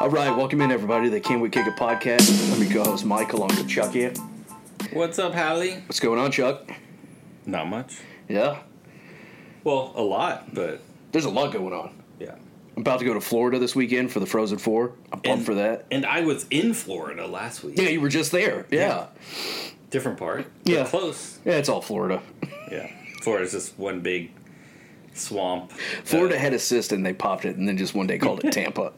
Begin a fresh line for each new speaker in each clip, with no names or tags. All right, welcome in everybody to the Can We Kick It podcast. I'm your co-host Mike along with Chuck here.
What's up, Hallie?
What's going on, Chuck?
Not much.
Yeah,
Well, a lot, but
there's a lot going on.
yeah.
I'm about to go to Florida this weekend for the Frozen Four. I'm pumped
And-
for that.
And I was in Florida last week.
Yeah, you were just there. Yeah,
Different part. but
Yeah.
Close.
yeah, it's all Florida.
Yeah. Florida's just one big swamp.
Florida
Uh,
had a cyst and they popped it, and then just one day called it Tampa.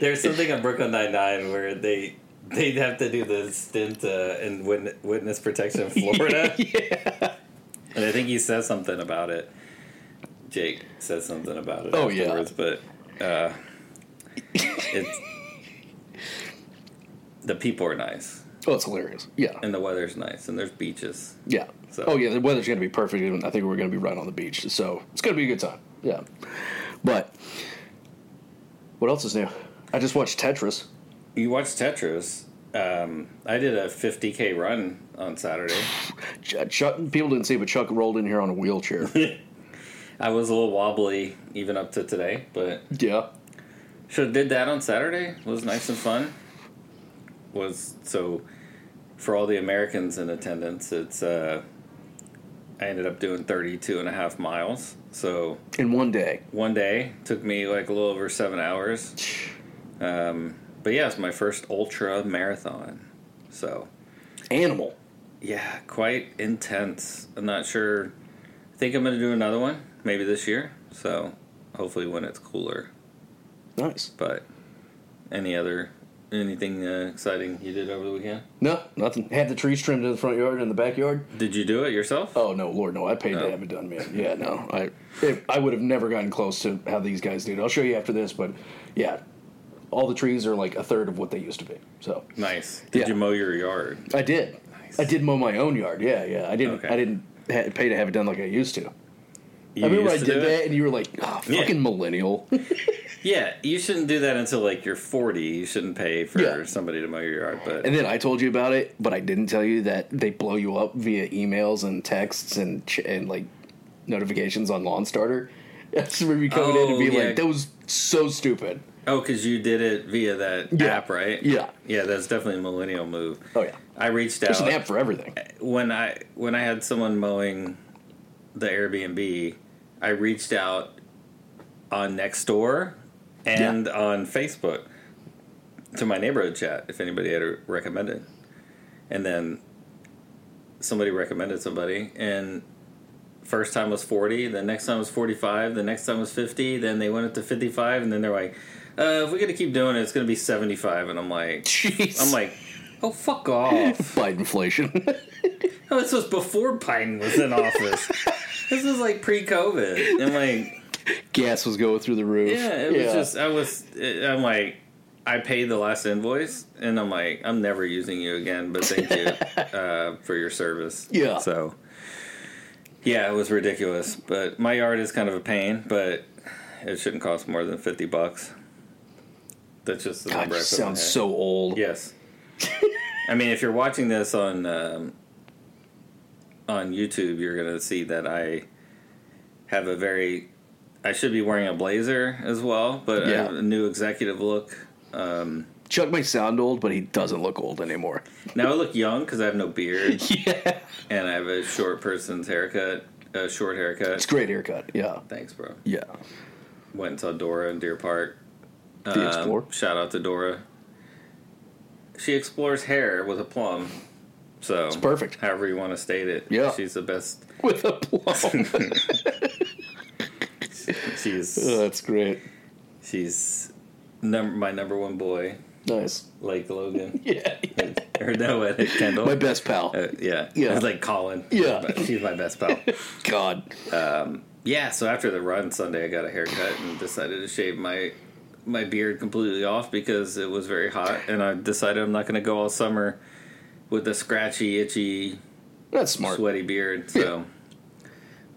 there's something on Brooklyn Nine Nine where they they have to do the stint uh, in wit- witness protection in Florida. And I think he says something about it. Jake says something about it.
Oh, yeah.
afterwards, But uh, it's the people are nice.
oh, it's hilarious. Yeah,
and the weather's nice and there's beaches.
yeah.
So-
Oh yeah, the weather's going to be perfect, and I think we're going to be right on the beach, so it's going to be a good time. Yeah, but what else is new? I just watched Tetris.
You watch Tetris. Um, I did a 50k run on Saturday.
Ch- uh, Chuck, people didn't see, but Chuck rolled in here on a wheelchair.
I was a little wobbly even up to today, but
yeah.
should have did that on Saturday. It was nice and fun. Was so for all the Americans in attendance, it's uh, I ended up doing 32 and a half miles. So
In one day.
one day took me like a little over seven hours. Um, but yeah, it's my first ultra marathon. So
Animal.
Yeah, quite intense. I'm not sure. I think I'm going to do another one, maybe this year. So hopefully when it's cooler.
Nice.
But any other anything uh, exciting you did over the weekend?
No, nothing. Had the trees trimmed in the front yard and in the backyard.
Did you do it yourself?
Oh no, Lord, no! I paid
No.
to have it done, man. Yeah, no, I, if, I would have never gotten close to how these guys did. it. I'll show you after this, but yeah, all the trees are like a third of what they used to be. So
Nice. Did
Yeah.
you mow your yard?
I did.
Nice.
I did mow my own yard. Yeah, yeah. I didn't.
Okay.
I didn't ha- pay to have it done like I used to.
You
I remember I
used to
did
do it?
that, and you were like, oh,
Yeah.
"Fucking millennial."
Yeah, you shouldn't do that until like you're 40. You shouldn't pay for
Yeah.
somebody to mow your yard. But
And then I told you about it, but I didn't tell you that they blow you up via emails and texts and ch- and like notifications on Lawn Starter. That's where you coming in and
Oh,
be
yeah.
like, "That was so stupid."
oh, because you did it via that
Yeah.
app, right?
Yeah.
Yeah, that's definitely a millennial move.
Oh yeah,
I reached out.
there's an app for everything.
when I when I had someone mowing the Airbnb, I reached out on Nextdoor and on Facebook to my neighborhood chat if anybody had recommended, and then somebody recommended somebody and. First time was 40, the next time was 45, the next time was 50, then they went up to 55, and then they're like, uh, if we're gonna keep doing it, it's gonna be 75. And I'm like,
Jeez,
I'm like, oh, fuck off.
fight inflation.
Oh, this was before Biden was in office. this was like pre-COVID, and like,
Gas was going through the roof.
yeah, it was just I was. It, I'm like, I paid the last invoice, and I'm like, I'm never using you again. But thank you uh, for your service.
Yeah.
So, yeah, it was ridiculous. But my yard is kind of a pain, but it shouldn't cost more than fifty bucks. That's just the
God,
number.
you
I put in my
sound
head.
so old.
Yes. I mean, if you're watching this on um, on YouTube, you're gonna see that I have a very I should be wearing a blazer as well, but I
Yeah.
have a new executive look.
Chuck may sound old, but he doesn't look old anymore.
Now I look young because I have no beard
Yeah,
and I have a short person's haircut, a short haircut.
it's a great haircut. Yeah,
Thanks, bro.
yeah.
Went and saw Dora in Deer Park.
The
Um,
Explorer.
Shout out to Dora. She explores hair with a plum. So it's
perfect.
However you want to state it.
Yeah.
She's the best.
With a plum.
She's
oh, that's great.
she's number my number one boy,
Nice.
like Logan.
Yeah.
or no, uh, Kendall.
My best pal.
Uh, yeah.
Yeah.
It's like Colin.
Yeah.
But She's my best pal.
God.
yeah, so after the run Sunday I got a haircut and decided to shave my my beard completely off because it was very hot and I decided I'm not gonna go all summer with a scratchy, itchy
That's smart.
sweaty beard. So,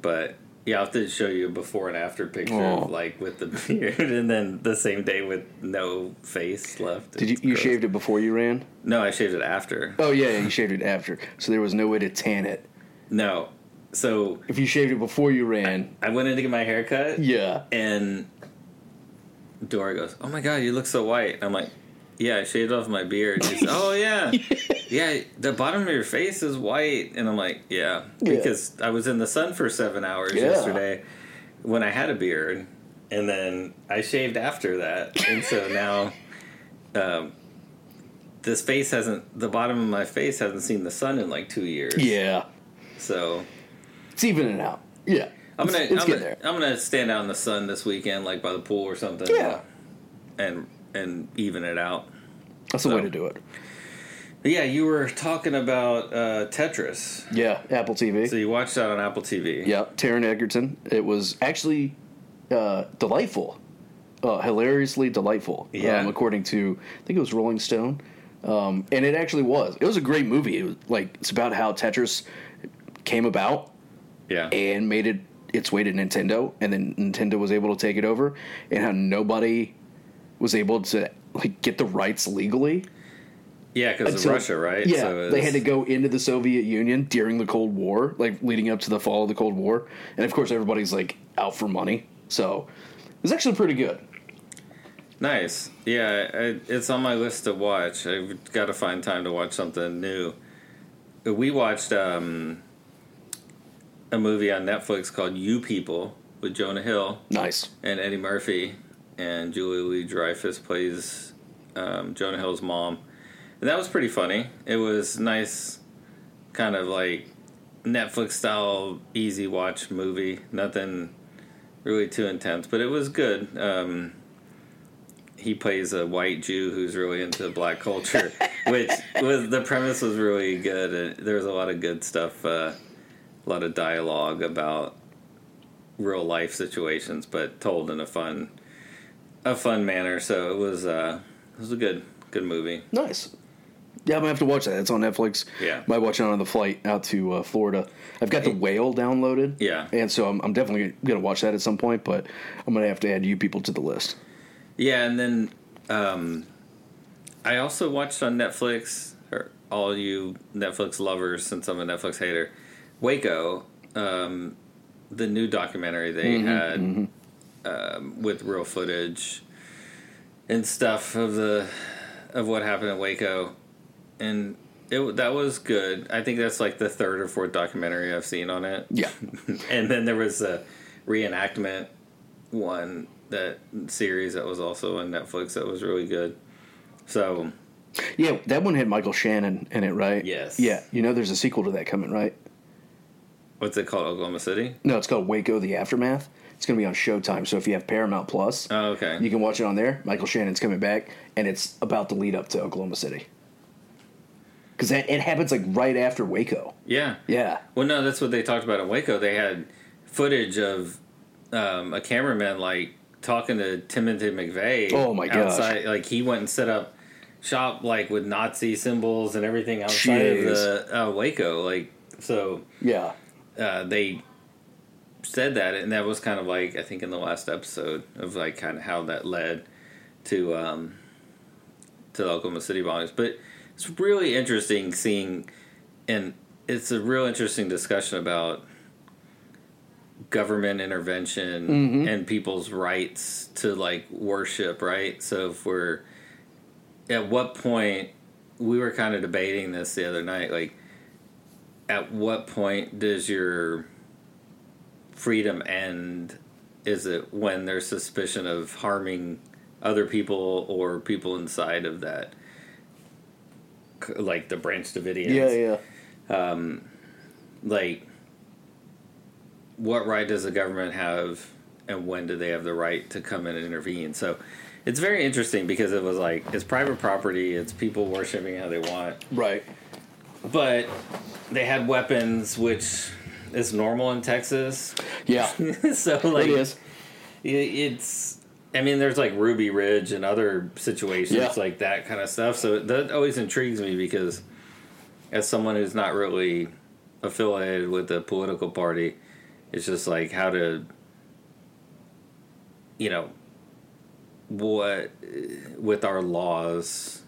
but yeah, I'll have to show you a before and after picture,
Aw.
of, like with the beard, and then the same day with no face left.
Did you,
It's
you
gross.
shaved it before you ran?
No, I shaved it after.
Oh yeah, yeah, you shaved it after. So there was no way to tan it.
No, so
If you shaved it before you ran,
I went in to get my haircut,
yeah,
and Dora goes, "Oh my god, you look so white." And I'm like, "Yeah, I shaved off my beard." She's, "Oh yeah, yeah, the bottom of your face is white." And I'm like, "Yeah,
Yeah.
because I was in the sun for seven hours
Yeah.
yesterday when I had a beard, and then I shaved after that, and so now." Um, this face hasn't the bottom of my face hasn't seen the sun in like two years.
Yeah,
So
it's evening out. Yeah,
I'm gonna
it's, it's
I'm,
getting
gonna,
there.
I'm gonna stand out in the sun this weekend, like by the pool or something.
Yeah.
And and even it out.
That's the way to do it.
But yeah, you were talking about uh, Tetris.
Yeah, Apple TV.
So you watched that on Apple TV.
Yeah, Taryn Egerton. It was actually uh, delightful, uh, hilariously delightful.
Yeah.
um, according to I think it was Rolling Stone, um, and it actually was. It was a great movie. It was like it's about how Tetris came about
Yeah.
and made it its way to Nintendo, and then Nintendo was able to take it over, and how nobody was able to like get the rights legally.
Yeah, because of
So-
Russia, right?
Yeah,
So it
they
was-
had to go into the Soviet Union during the Cold War, like leading up to the fall of the Cold War, and of course everybody's like out for money. So it was actually pretty good.
Nice. Yeah, I, it's on my list to watch. I've got to find time to watch something new. We watched um, a movie on Netflix called You People with Jonah Hill.
Nice.
and Eddie Murphy and Julie Lee Dreyfus plays um, Jonah Hill's mom, and that was pretty funny. It was nice, kind of like Netflix style easy watch movie. Nothing really too intense, but it was good. Um, he plays a white Jew who's really into black culture, which was the premise was really good. And there was a lot of good stuff, uh, a lot of dialogue about real life situations, but told in a fun, a fun manner. So it was, uh, it was a good, good movie.
Nice. Yeah, I'm gonna have to watch that. It's on Netflix.
Yeah.
might watch it on the flight out to uh, Florida. I've got the whale downloaded.
Yeah.
and so I'm, I'm definitely gonna watch that at some point. But I'm gonna have to add you people to the list.
Yeah, and then um, I also watched on Netflix, or all you Netflix lovers, since I'm a Netflix hater, Waco, um, the new documentary they had Um, with real footage and stuff of the of what happened in Waco, and it that was good. I think that's like the third or fourth documentary I've seen on it
Yeah,
and then there was a reenactment one that series that was also on Netflix that was really good. So
yeah, that one had Michael Shannon in it, right?
Yes.
Yeah, you know, there's a sequel to that coming, right?
what's it called? Oklahoma City.
No, it's called Waco: The Aftermath. It's gonna be on Showtime. So if you have Paramount Plus,
Oh, okay.
You can watch it on there. Michael Shannon's coming back, and it's about the lead up to Oklahoma City. Because that it happens like right after Waco.
yeah.
Yeah,
Well, no, that's what they talked about in Waco. They had footage of um, a cameraman like talking to Timothy McVeigh.
Oh, my gosh.
Outside, like he went and set up shop like with Nazi symbols and everything outside of the uh, Waco. Like so.
yeah,
uh, they said that, and that was kind of like I think in the last episode of like kind of how that led to um, to the Oklahoma City bombings. But it's really interesting seeing, and it's a real interesting discussion about government intervention
Mm-hmm.
and people's rights to like worship. Right, so if we're at what point we were kind of debating this the other night, like at what point does your freedom end? Is it when there's suspicion of harming other people or people inside of that, c- like the Branch Davidians?
yeah, yeah.
Like, what right does the government have, and when do they have the right to come in and intervene? So, it's very interesting because it was like it's private property, it's people worshiping how they want
Right.
but they had weapons, which is normal in Texas.
Yeah,
so like
it is.
i- it's. I mean, there's like Ruby Ridge and other situations
Yeah.
like that kind of stuff. So that always intrigues me because, as someone who's not really affiliated with a political party, it's just like how to, you know, what uh, with our laws,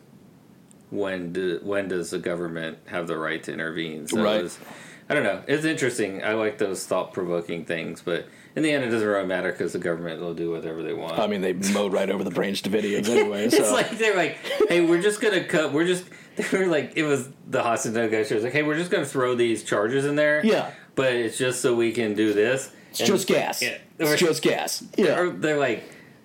when do when does the government have the right to intervene? So it
Right.
was- I don't know. It's interesting. I like those thought provoking things, but in the end, it doesn't really matter because the government will do whatever they want.
I mean, uh, they mowed right over the brains to videos anyway.
it's
so
like they're like, hey, we're just gonna cut. We're just they were like, it was the hostage guy. She was like, hey, we're just gonna throw these charges in there.
Yeah.
but it's just so we can do this.
it's just gas.
Yeah.
It's just gas. Yeah.
Or they're like,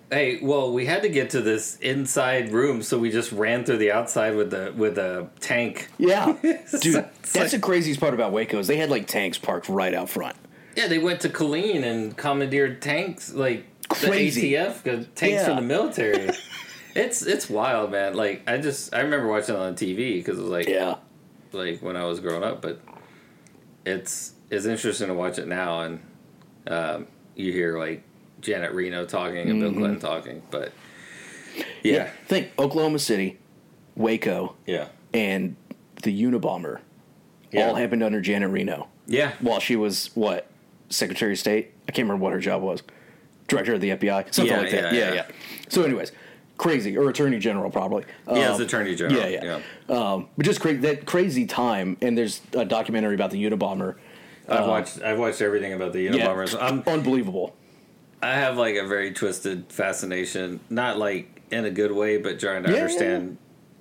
hey, well, we had to get to this inside room, so we just ran through the outside with the with a tank.
Yeah. Dude,
It's
that's the craziest part about Waco is they had like tanks parked right out front.
Yeah, they went to Colleen and commandeered tanks like
Crazy.
the ATF the tanks
Yeah.
from the military. it's it's wild, man. Like I just I remember watching it on TV because it was like
Yeah.
like when I was growing up, but it's it's interesting to watch it now and um, you hear like Janet Reno talking and Bill
Mm-hmm.
Clinton talking, but yeah,
Think Oklahoma City, Waco,
yeah,
and the Unabomber
yeah,
all happened under Janet Reno
yeah.
while she was what Secretary of State. I can't remember what her job was. Director of the FBI, something
Yeah,
like that.
yeah,
Yeah, yeah.
yeah.
So, anyways, crazy or Attorney General probably.
yeah,
Um,
as Attorney General.
yeah, yeah. Um, but just cra- that crazy time, and there's a documentary about the Unabomber.
I've watched I've watched everything about the
Um,
Um,
Yeah,
Unabomber. So I'm
unbelievable.
I have like a very twisted fascination, not like in a good way, but trying to
Yeah, yeah,
understand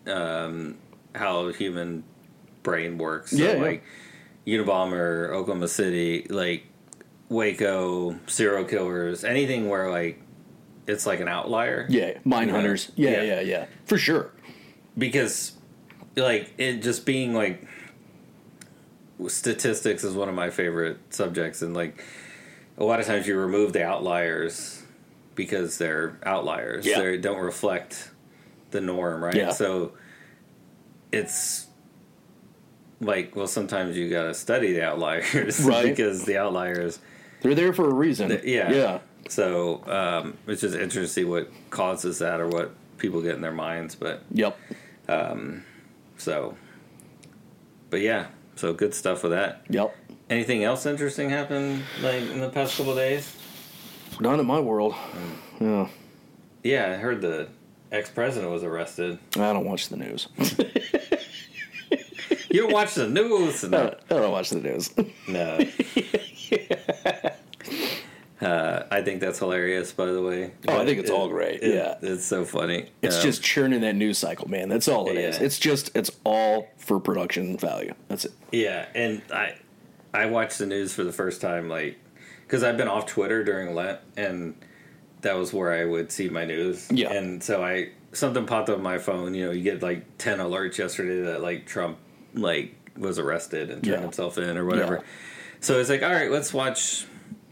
Um, how human brain works. So,
Yeah, yeah.
like Unabomber, Oklahoma City, like Waco, serial killers, anything where like it's like an outlier.
Yeah, mine hunters. Yeah,
Yeah.
yeah, yeah, for sure.
because like it just being like statistics is one of my favorite subjects and like a lot of times you remove the outliers because they're outliers
Yeah.
they don't reflect the norm right
Yeah.
so it's like well sometimes you gotta study the outliers
Right.
because the outliers
They're there for a reason.
yeah
yeah,
so um, it's just interesting to see what causes that or what people get in their minds but
yep.
So, but yeah, so good stuff with that.
Yep.
Anything else interesting happened like in the past couple days?
Not in my world. Yeah.
Yeah, I heard the ex president was arrested.
I don't watch the news.
You don't watch the news?
I
No,
don't- I don't watch the news. Oh,
no. Uh, I think that's hilarious. By the way,
Oh, I think it's all great,
it-
yeah.
it's so funny.
It's
Um,
just churning that news cycle, man. That's all it is.
Yeah.
It's just it's all for production value. That's it.
Yeah, and I I watched the news for the first time like because I've been off Twitter during Lent, and that was where I would see my news.
Yeah.
and so I something popped up on my phone. You know, you get like ten alerts yesterday that like Trump like was arrested and turned
Yeah.
himself in or whatever.
Yeah.
So it's like, all right, let's watch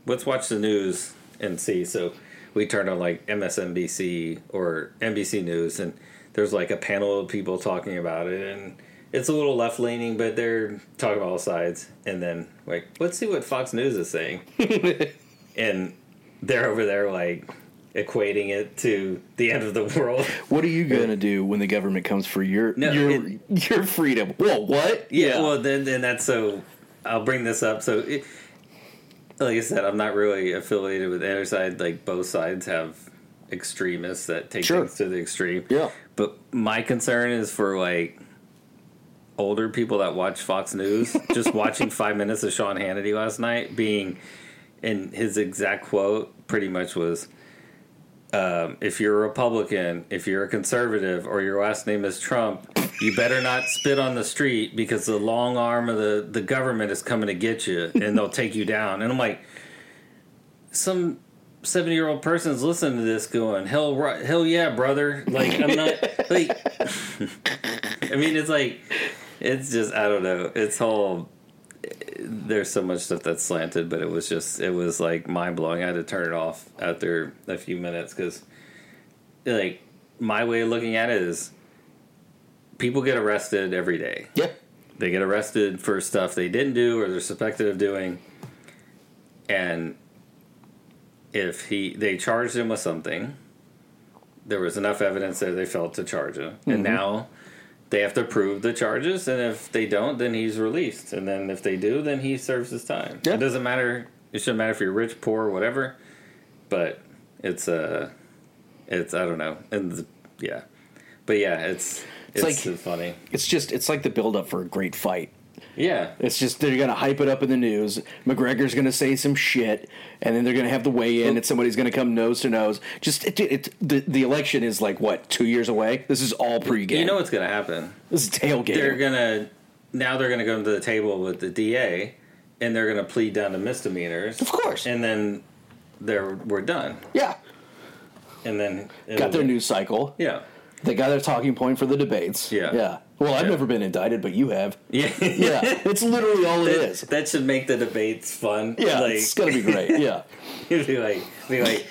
let's watch the news and see. So we turned on like MSNBC or NBC News, and there's like a panel of people talking about it, and it's a little left leaning, but they're talking about all sides. And then like, let's see what Fox News is saying, and they're over there like equating it to the end of the world.
What are you gonna do when the government comes for your
No,
your your freedom? Whoa, what?
Yeah. Well, then, then that's so. I'll bring this up. So, it, like I said, I'm not really affiliated with either side. Like both sides have extremists that take
Sure.
things to the extreme.
Yeah.
But my concern is for like older people that watch Fox News. just watching five minutes of Sean Hannity last night, being, and his exact quote pretty much was. Um, if you're a Republican, if you're a conservative, or your last name is Trump, you better not spit on the street because the long arm of the, the government is coming to get you and they'll take you down. And I'm like, some 70 year old person's listening to this going, hell, ri- hell yeah, brother. Like, I'm not, like, I mean, it's like, it's just, I don't know. It's whole, there's so much stuff that's slanted, but it was just, it was like mind blowing. I had to turn it off after a few minutes because, like, my way of looking at it is people get arrested every day
Yeah.
they get arrested for stuff they didn't do or they're suspected of doing and if he they charged him with something there was enough evidence there they felt to charge him
Mm-hmm.
and now they have to prove the charges and if they don't then he's released and then if they do then he serves his time
Yeah.
it doesn't matter it shouldn't matter if you're rich poor whatever but it's uh it's i don't know and the- yeah but yeah it's it's,
like-
funny
It's just it's like the buildup for a great fight.
Yeah.
It's just they're gonna hype it up in the news. McGregor's gonna say some shit, and then they're gonna have the weigh in, and somebody's gonna come nose to nose. Just it, it, the the election is like what two years away. This is all pregame.
You know what's going to happen.
this is tailgate.
They're going to, now they're going to come to the table with the DA and they're going to plead down to misdemeanors.
Of course.
And then they're, we're done.
yeah,
And then. it'll
got their
be-
news cycle.
Yeah.
They got their talking point for the debates.
Yeah.
yeah. Well, I've
Yeah.
never been indicted, but you have.
Yeah.
Yeah, it's literally all it is.
That should make the debates fun.
Yeah,
like,
it's gonna be great. Yeah.
be like, be like,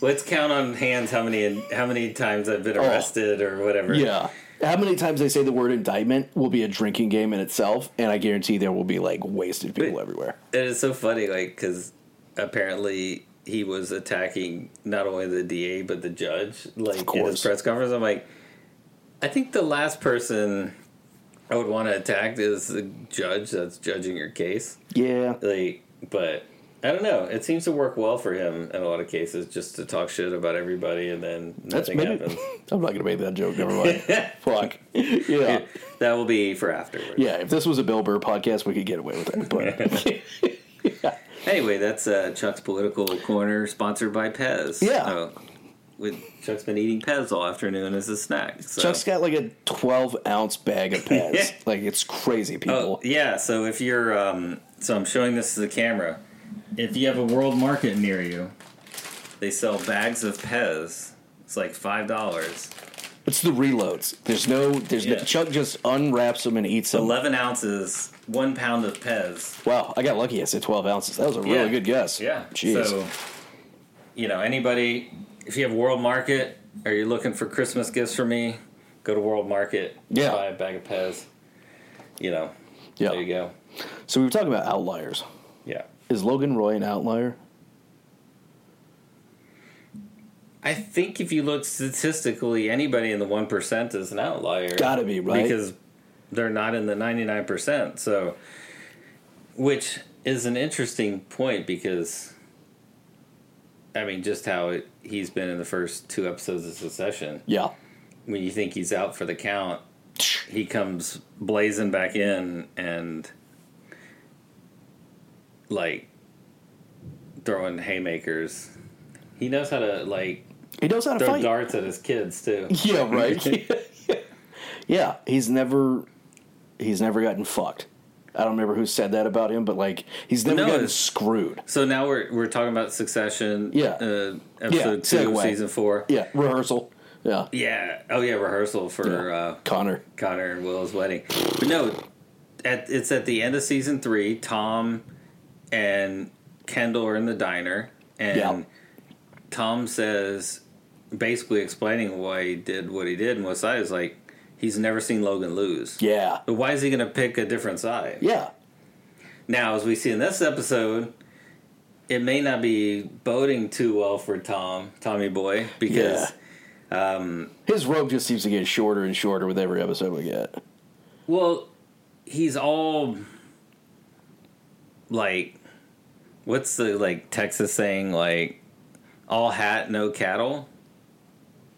let's count on hands how many how many times I've been arrested or whatever.
Oh. Yeah. How many times they say the word indictment will be a drinking game in itself, and I guarantee there will be like wasted people
But-
everywhere.
it is so funny, like because apparently he was attacking not only the DA but the judge, like in his
course.
press conference. I'm like, I think the last person I would want to attack is the judge that's judging your case.
Yeah.
Like, but I don't know. It seems to work well for him in a lot of cases, just to talk shit about everybody and then
That's
nothing
maybe,
happens.
I'm not gonna make that joke, never mind. Fuck. Yeah.
that will be for afterwards.
Yeah, if this was a Bill Burr podcast, we could get away with it. But
Anyway, that's uh, Chuck's political corner, sponsored by Pez.
Yeah.
Oh, with Chuck's been eating Pez all afternoon as a snack. So.
Chuck's got like a 12 ounce bag of Pez.
Yeah.
Like it's crazy, people.
Oh, yeah. So if you're, um, so I'm showing this to the camera. If you have a World Market near you, they sell bags of Pez. It's like five dollars,
It's the reloads. There's no, there's
Yeah.
no, Chuck just unwraps them and eats them.
eleven ounces, one pound of Pez.
Wow, I got lucky. I said 12 ounces. That was a really
Yeah.
good guess.
Yeah.
Jeez.
So, you know, anybody, if you have World Market or you're looking for Christmas gifts for me, go to World Market.
Yeah.
Buy a bag of Pez. You know,
yeah.
there you go.
So we were talking about outliers.
Yeah.
Is Logan Roy an outlier?
I think if you look statistically, anybody in the 1% is an outlier.
Gotta be, right?
Because they're not in the 99%. So, which is an interesting point because, I mean, just how it, he's been in the first two episodes of Succession.
Yeah.
when you think he's out for the count, he comes blazing back in and like throwing haymakers. He knows how to like
He knows how to
throw
fight.
darts at his kids too.
Yeah, right. yeah, he's never he's never gotten fucked. I don't remember who said that about him, but like he's never
No,
gotten
it's-
screwed.
so now we're we're talking about Succession.
Yeah.
Uh, episode two, of
segue.
season four.
Yeah, rehearsal. Yeah,
Yeah. Oh yeah, rehearsal for
Yeah.
uh,
Connor.
Connor and Will's wedding. But no, at, it's at the end of season three. Tom and Kendall are in the diner, and
Yeah.
Tom says, basically explaining why he did what he did. And what side is like, he's never seen Logan lose.
Yeah,
But why is he going to pick a different side?
yeah,
Now, as we see in this episode, it may not be boding too well for Tom, Tommy Boy, because.
yeah. His rope just seems to get shorter and shorter with every episode we get.
Well, he's all like, what's the like Texas saying? Like, all hat, no cattle,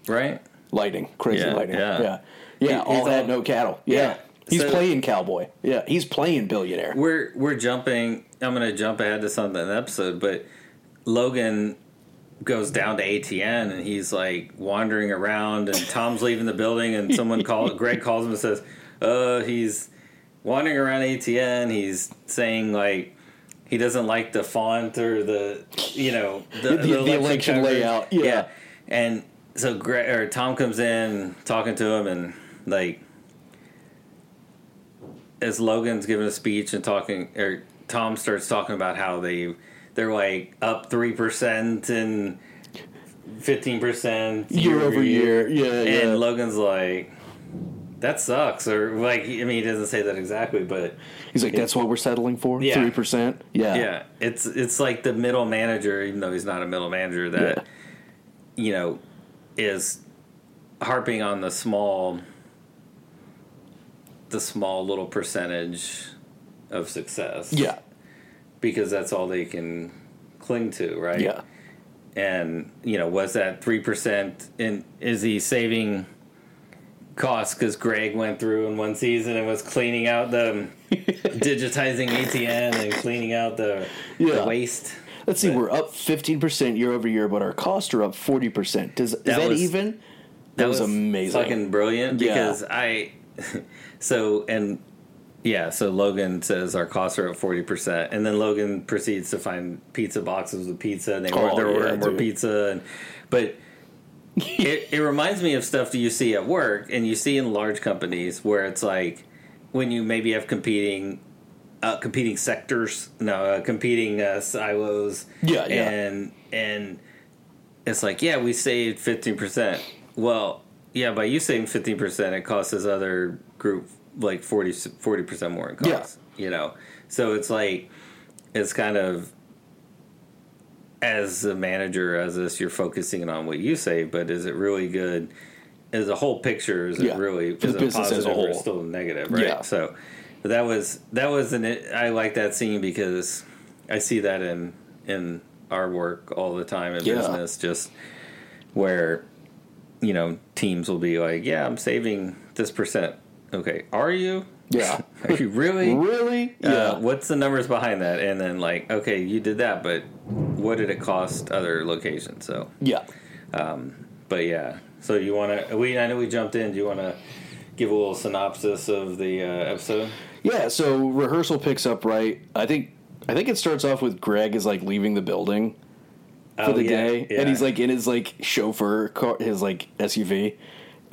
right?
Lightning, crazy
Yeah,
lightning.
yeah.
Yeah, yeah. all
he's
that,
all-
no cattle. Yeah,
Yeah,
he's
so-
playing cowboy. Yeah, he's playing billionaire.
We're we're jumping. I'm gonna jump ahead to something in the episode, but Logan goes down to ATN and he's like wandering around, and Tom's leaving the building, and someone call Greg calls him and says, "Uh, he's wandering around ATN. He's saying like." He doesn't like the font or the, you know, the,
The- the election
coverage.
layout, yeah.
and so Greg or Tom comes in talking to him, and like as Logan's giving a speech and talking, or Tom starts talking about how they they're like up three percent and fifteen percent
Year over year. Yeah,
and
yeah.
Logan's like, "That sucks," or like, I mean, he doesn't say that exactly, but
He's like, that's what we're settling for. Three
Yeah.
percent. Yeah,
yeah, it's it's like the middle manager, even though he's not a middle manager, that
Yeah.
you know is harping on the small, the small little percentage of success.
yeah,
because that's all they can cling to, right?
yeah.
And you know, was that three percent? And is he saving costs because Greg went through in one season and was cleaning out the digitizing ATN and cleaning out the,
Yeah.
the waste.
Let's see, we're up 15% year over year, but our costs are up 40%. Does, is that,
was-
even? That, was, amazing.
fucking brilliant
Yeah.
because I so and yeah, so Logan says our costs are up forty percent, and then Logan proceeds to find pizza boxes with pizza, and they
Oh,
they're
yeah,
ordering more
dude.
pizza, and but. it, it reminds me of stuff that you see at work and you see in large companies where it's like when you maybe have competing uh, competing sectors no uh, competing uh, silos
Yeah, yeah.
and and it's like, yeah, we saved fifteen percent. Well, yeah, by you saving fifteen percent, it costs this other group like 40 percent more in costs. You know, so it's like it's kind of as a manager as this, you're focusing on what you save, but is it really good? Is the whole picture is
Yeah,
it really
for
is
the
it
business as a
positive or
whole.
still negative, right?
Yeah.
So but that was that was an I like that scene because I see that in in our work all the time in
Yeah.
business, just where you know teams will be like, "Yeah, I'm saving this percent." Okay, are you?
Yeah.
Are you really?
really? Yeah.
Uh, what's the numbers behind that? And then like, okay, you did that, but what did it cost other locations? So,
yeah.
but yeah. So you want to? We I know we jumped in. Do you want to give a little synopsis of the uh, episode?
Yeah, so rehearsal picks up right. I think I think it starts off with Greg is like leaving the building for
Oh,
the
yeah,
day,
yeah.
and he's like in his like chauffeur car, his like SUV,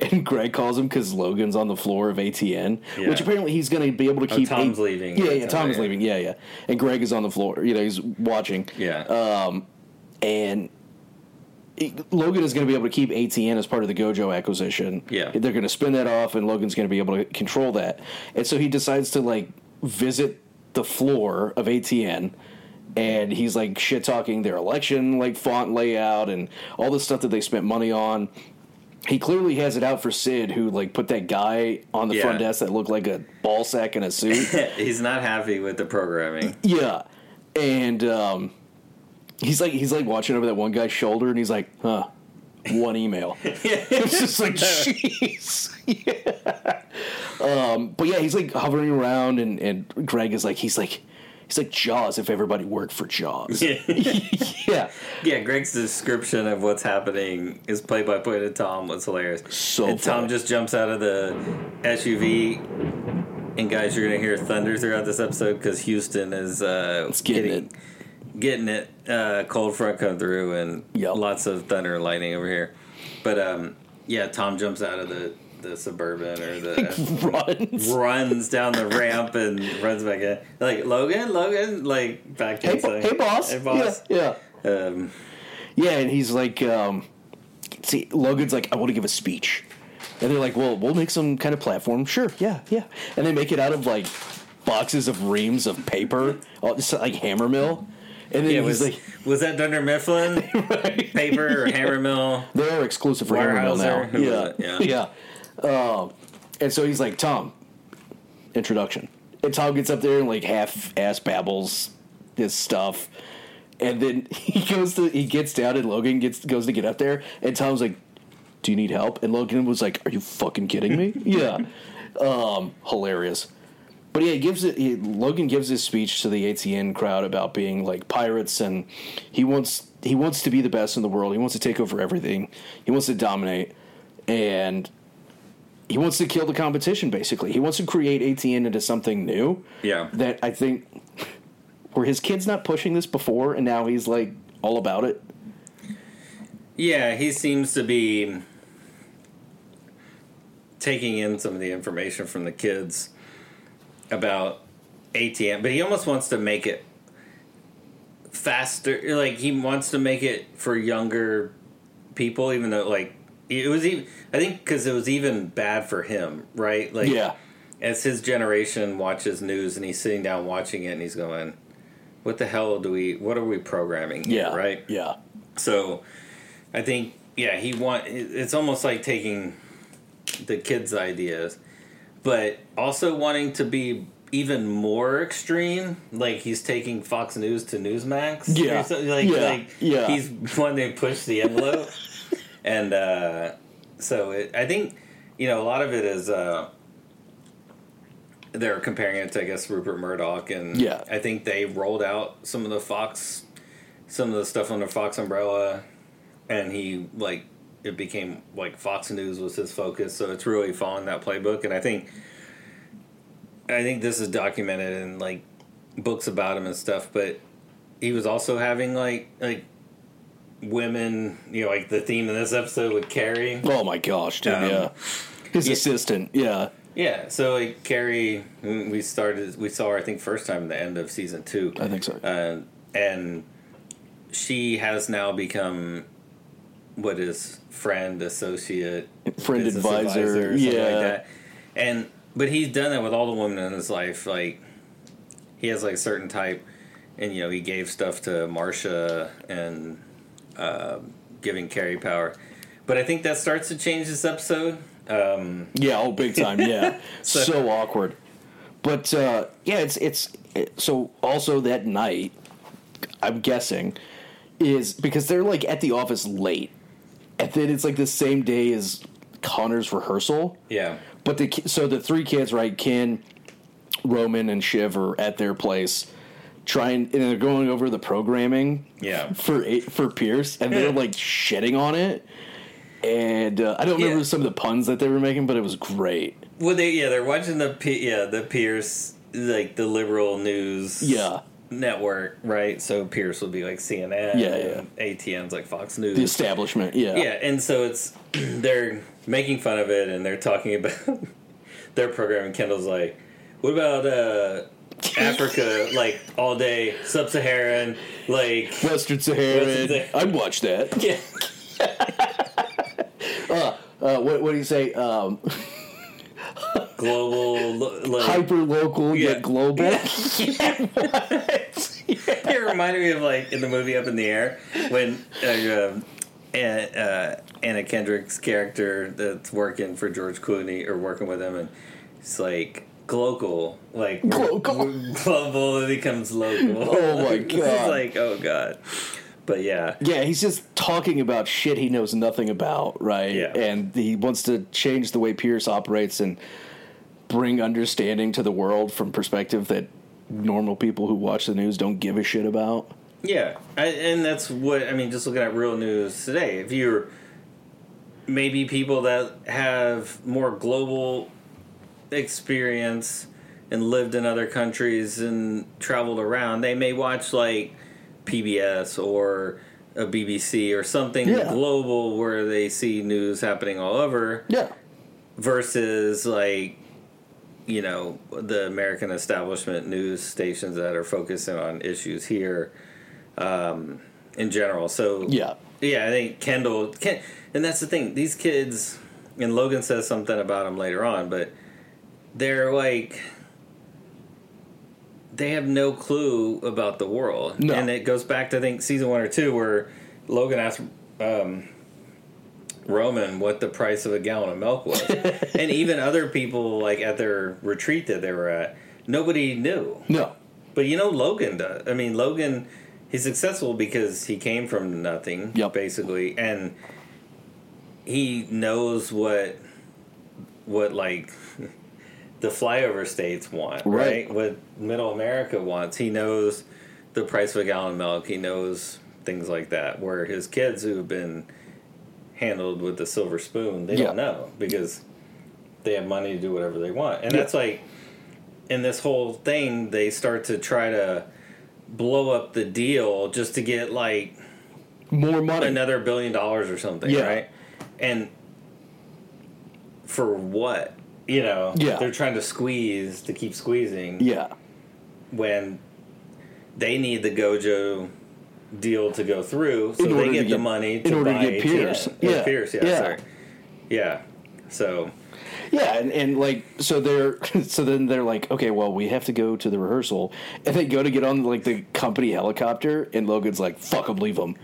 and Greg calls him because Logan's on the floor of ATN,
Yeah. Oh,
which apparently he's going to be able to keep.
Tom's leaving.
Yeah,
Yeah,
yeah,
Tom,
Tom's
oh, yeah.
leaving. Yeah, yeah, and Greg is on the floor. You know, he's watching.
Yeah.
Uh, and. it- Logan is going to be able to keep ATN as part of the Gojo acquisition.
Yeah.
They're going to spin that off, and Logan's going to be able to control that. And so he decides to like visit the floor of ATN, and he's like shit talking their election, like font layout, and all the stuff that they spent money on. He clearly has it out for Sid, who like put that guy on the
Yeah.
front desk that looked like a ball sack in a suit.
he's not happy with the programming.
Yeah, and um, he's like he's like watching over that one guy's shoulder, and he's like, "Huh, one email." it's just like, jeez. Yeah. Um, but yeah, he's like hovering around, and and Greg is like, he's like, he's like Jaws if everybody worked for Jaws. yeah,
Yeah, Greg's description of what's happening is play by play to Tom was hilarious.
So
and Tom
funny.
just jumps out of the SUV. And guys, you're gonna hear thunder throughout this episode because Houston is uh,
getting it.
getting it. Uh, cold front come through and
Yep.
lots of thunder and lightning over here. But um, yeah, Tom jumps out of the the suburban or the
runs.
runs down the ramp and runs back in. Like Logan, Logan, like back to
Hey,
his
bo-
thing.
hey, boss.
hey boss.
Yeah, yeah.
Um,
Yeah, and he's like, um, see, Logan's like, I want to give a speech. And they're like, well, we'll make some kind of platform. Sure, yeah, yeah. And they make it out of like boxes of reams of paper, all- just like hammer mill. And then
Yeah,
he's
was,
like,
was that Dunder Mifflin paper or hammer mill?
they are exclusive for hammer mill now.
Weyerhaeuser, who
Yeah,
was
yeah.
it?
yeah. Um, and so he's like, Tom, introduction. And Tom gets up there and like half ass babbles his stuff. And then he goes to he gets down and Logan gets goes to get up there and Tom's like, Do you need help? And Logan was like, Are you fucking kidding me? yeah. Um, hilarious. But yeah, he gives it. He, Logan gives his speech to the ATN crowd about being like pirates, and he wants he wants to be the best in the world. He wants to take over everything. He wants to dominate, and he wants to kill the competition. Basically, he wants to create ATN into something new.
Yeah.
that I think were his kids not pushing this before, and now he's like all about it.
Yeah, he seems to be taking in some of the information from the kids about ATM, but he almost wants to make it faster. Like he wants to make it for younger people, even though like it was even. I think because it was even bad for him, right? Like
Yeah,
as his generation watches news and he's sitting down watching it and he's going, "What the hell do we? What are we programming?" here?"
yeah,
right.
Yeah,
So, I think yeah, he want. It's almost like taking the kids' ideas, but also wanting to be even more extreme. Like he's taking Fox News to Newsmax. or
Yeah.
something. like
Yeah.
like
Yeah.
he's wanting to push the envelope, and uh, so it, I think you know, a lot of it is uh, they're comparing it to, I guess, Rupert Murdoch, and
Yeah.
I think they rolled out some of the Fox, some of the stuff under Fox umbrella, and he like it became like Fox News was his focus, so it's really following that playbook, and I think, I think this is documented in like books about him and stuff, but he was also having like like women, you know, like the theme of this episode with Carrie.
Oh my gosh, dude!
Um,
yeah, his assistant. Yeah,
Yeah, so like Carrie, we we started, we saw her I think first time at the end of season two,
I think so.
uh, and she has now become what is friend, associate,
Friend
business
advisor,
something
yeah.
like that. And but he's done that with all the women in his life. Like he has like a certain type, and you know he gave stuff to Marcia and uh, giving Carrie power. But I think that starts to change this episode. Um,
Yeah, oh, big time. Yeah, so, awkward. But uh, yeah, it's it's it, so also that night. I'm guessing is because they're like at the office late, and then it's like the same day as Connor's rehearsal.
yeah.
But the ki- so the three kids, right? Ken, Roman, and Shiv are at their place trying, and they're going over the programming.
Yeah.
for A- for Pierce, and they're like shitting on it. And uh, I don't remember
Yeah.
some of the puns that they were making, but it was great.
Well, they yeah they're watching the P, yeah the Pierce like the liberal news
Yeah,
network right so Pierce would be like CNN
Yeah,
and ATN's like Fox News
the establishment. Yeah,
yeah and so it's they're making fun of it and they're talking about their program and Kendall's like what about uh Africa like all day sub-Saharan like
Western Saharan.
Western Sahara.
I'd watch that.
yeah
Uh, what what do you say? Um,
global lo- like
hyper local
Yeah.
yet global.
it reminded me of like in the movie Up in the Air when uh, um, Anna, uh, Anna Kendrick's character that's working for George Clooney or working with him, and it's like global, like
Global.
global, it becomes local.
Oh my
It's
God.
like oh god, but yeah,
Yeah, he's just talking about shit he knows nothing about, right?
Yeah.
And he wants to change the way Pierce operates and bring understanding to the world from perspective that normal people who watch the news don't give a shit about.
Yeah, I, and that's what I mean. Just looking at real news today, if you're maybe people that have more global experience and lived in other countries and traveled around, they may watch like PBS or a BBC or something
Yeah.
global where they see news happening all over
Yeah.
versus like you know the American establishment news stations that are focusing on issues here um, in general. So
Yeah.
yeah, I think Kendall, Ken, and that's the thing. These kids, and Logan says something about them later on, but they're like they have no clue about the world,
No.
and it goes back to I think season one or two where Logan asked. Um, Roman, what the price of a gallon of milk was, and even other people like at their retreat that they were at, nobody knew.
No.
But you know, Logan does. I mean, Logan, he's successful because he came from nothing,
Yep.
basically, and he knows what what like the flyover states want, right?
Right.
What Middle America wants. He knows the price of a gallon of milk. He knows things like that. Where his kids who have been handled with the silver spoon, they
Yeah.
don't know because they have money to do whatever they want, and
Yeah.
that's like in this whole thing, they start to try to blow up the deal just to get like
More money.
another billion dollars or something,
Yeah.
right? And for what? You know,
Yeah.
they're trying to squeeze to keep squeezing
Yeah.
when they need the Gojo deal to go through, so
In order
they
to
get, the
get-
money
in
to
order to
buy
get Pierce.
ATN. Or
Yeah.
Pierce, yeah,
Yeah.
sorry, yeah. So
Yeah, and, and like so they're so then they're like, okay, well we have to go to the rehearsal, and they go to get on like the company helicopter, and Logan's like, fuck them, leave them,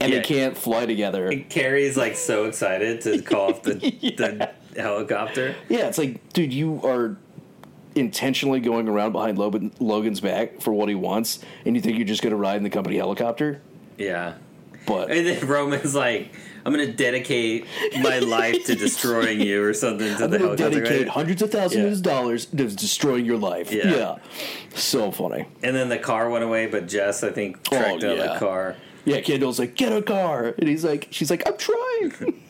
and
Yeah.
they can't fly together.
Carrie's like so excited to call off the, the helicopter.
Yeah, it's like, dude, you are intentionally going around behind Logan, Logan's back for what he wants, and you think you're just going to ride in the company helicopter?
Yeah.
But
And then Roman's like, I'm going to dedicate my life to destroying you or something to
I'm
the
going to
helicopter.
dedicate
right?
hundreds of thousands
Yeah.
of dollars to destroying your life.
Yeah.
yeah. So funny.
And then the car went away, but Jess, I think, tracked down
yeah.
the car.
Yeah, Kendall's like, get a car, and he's like, she's like, I'm trying.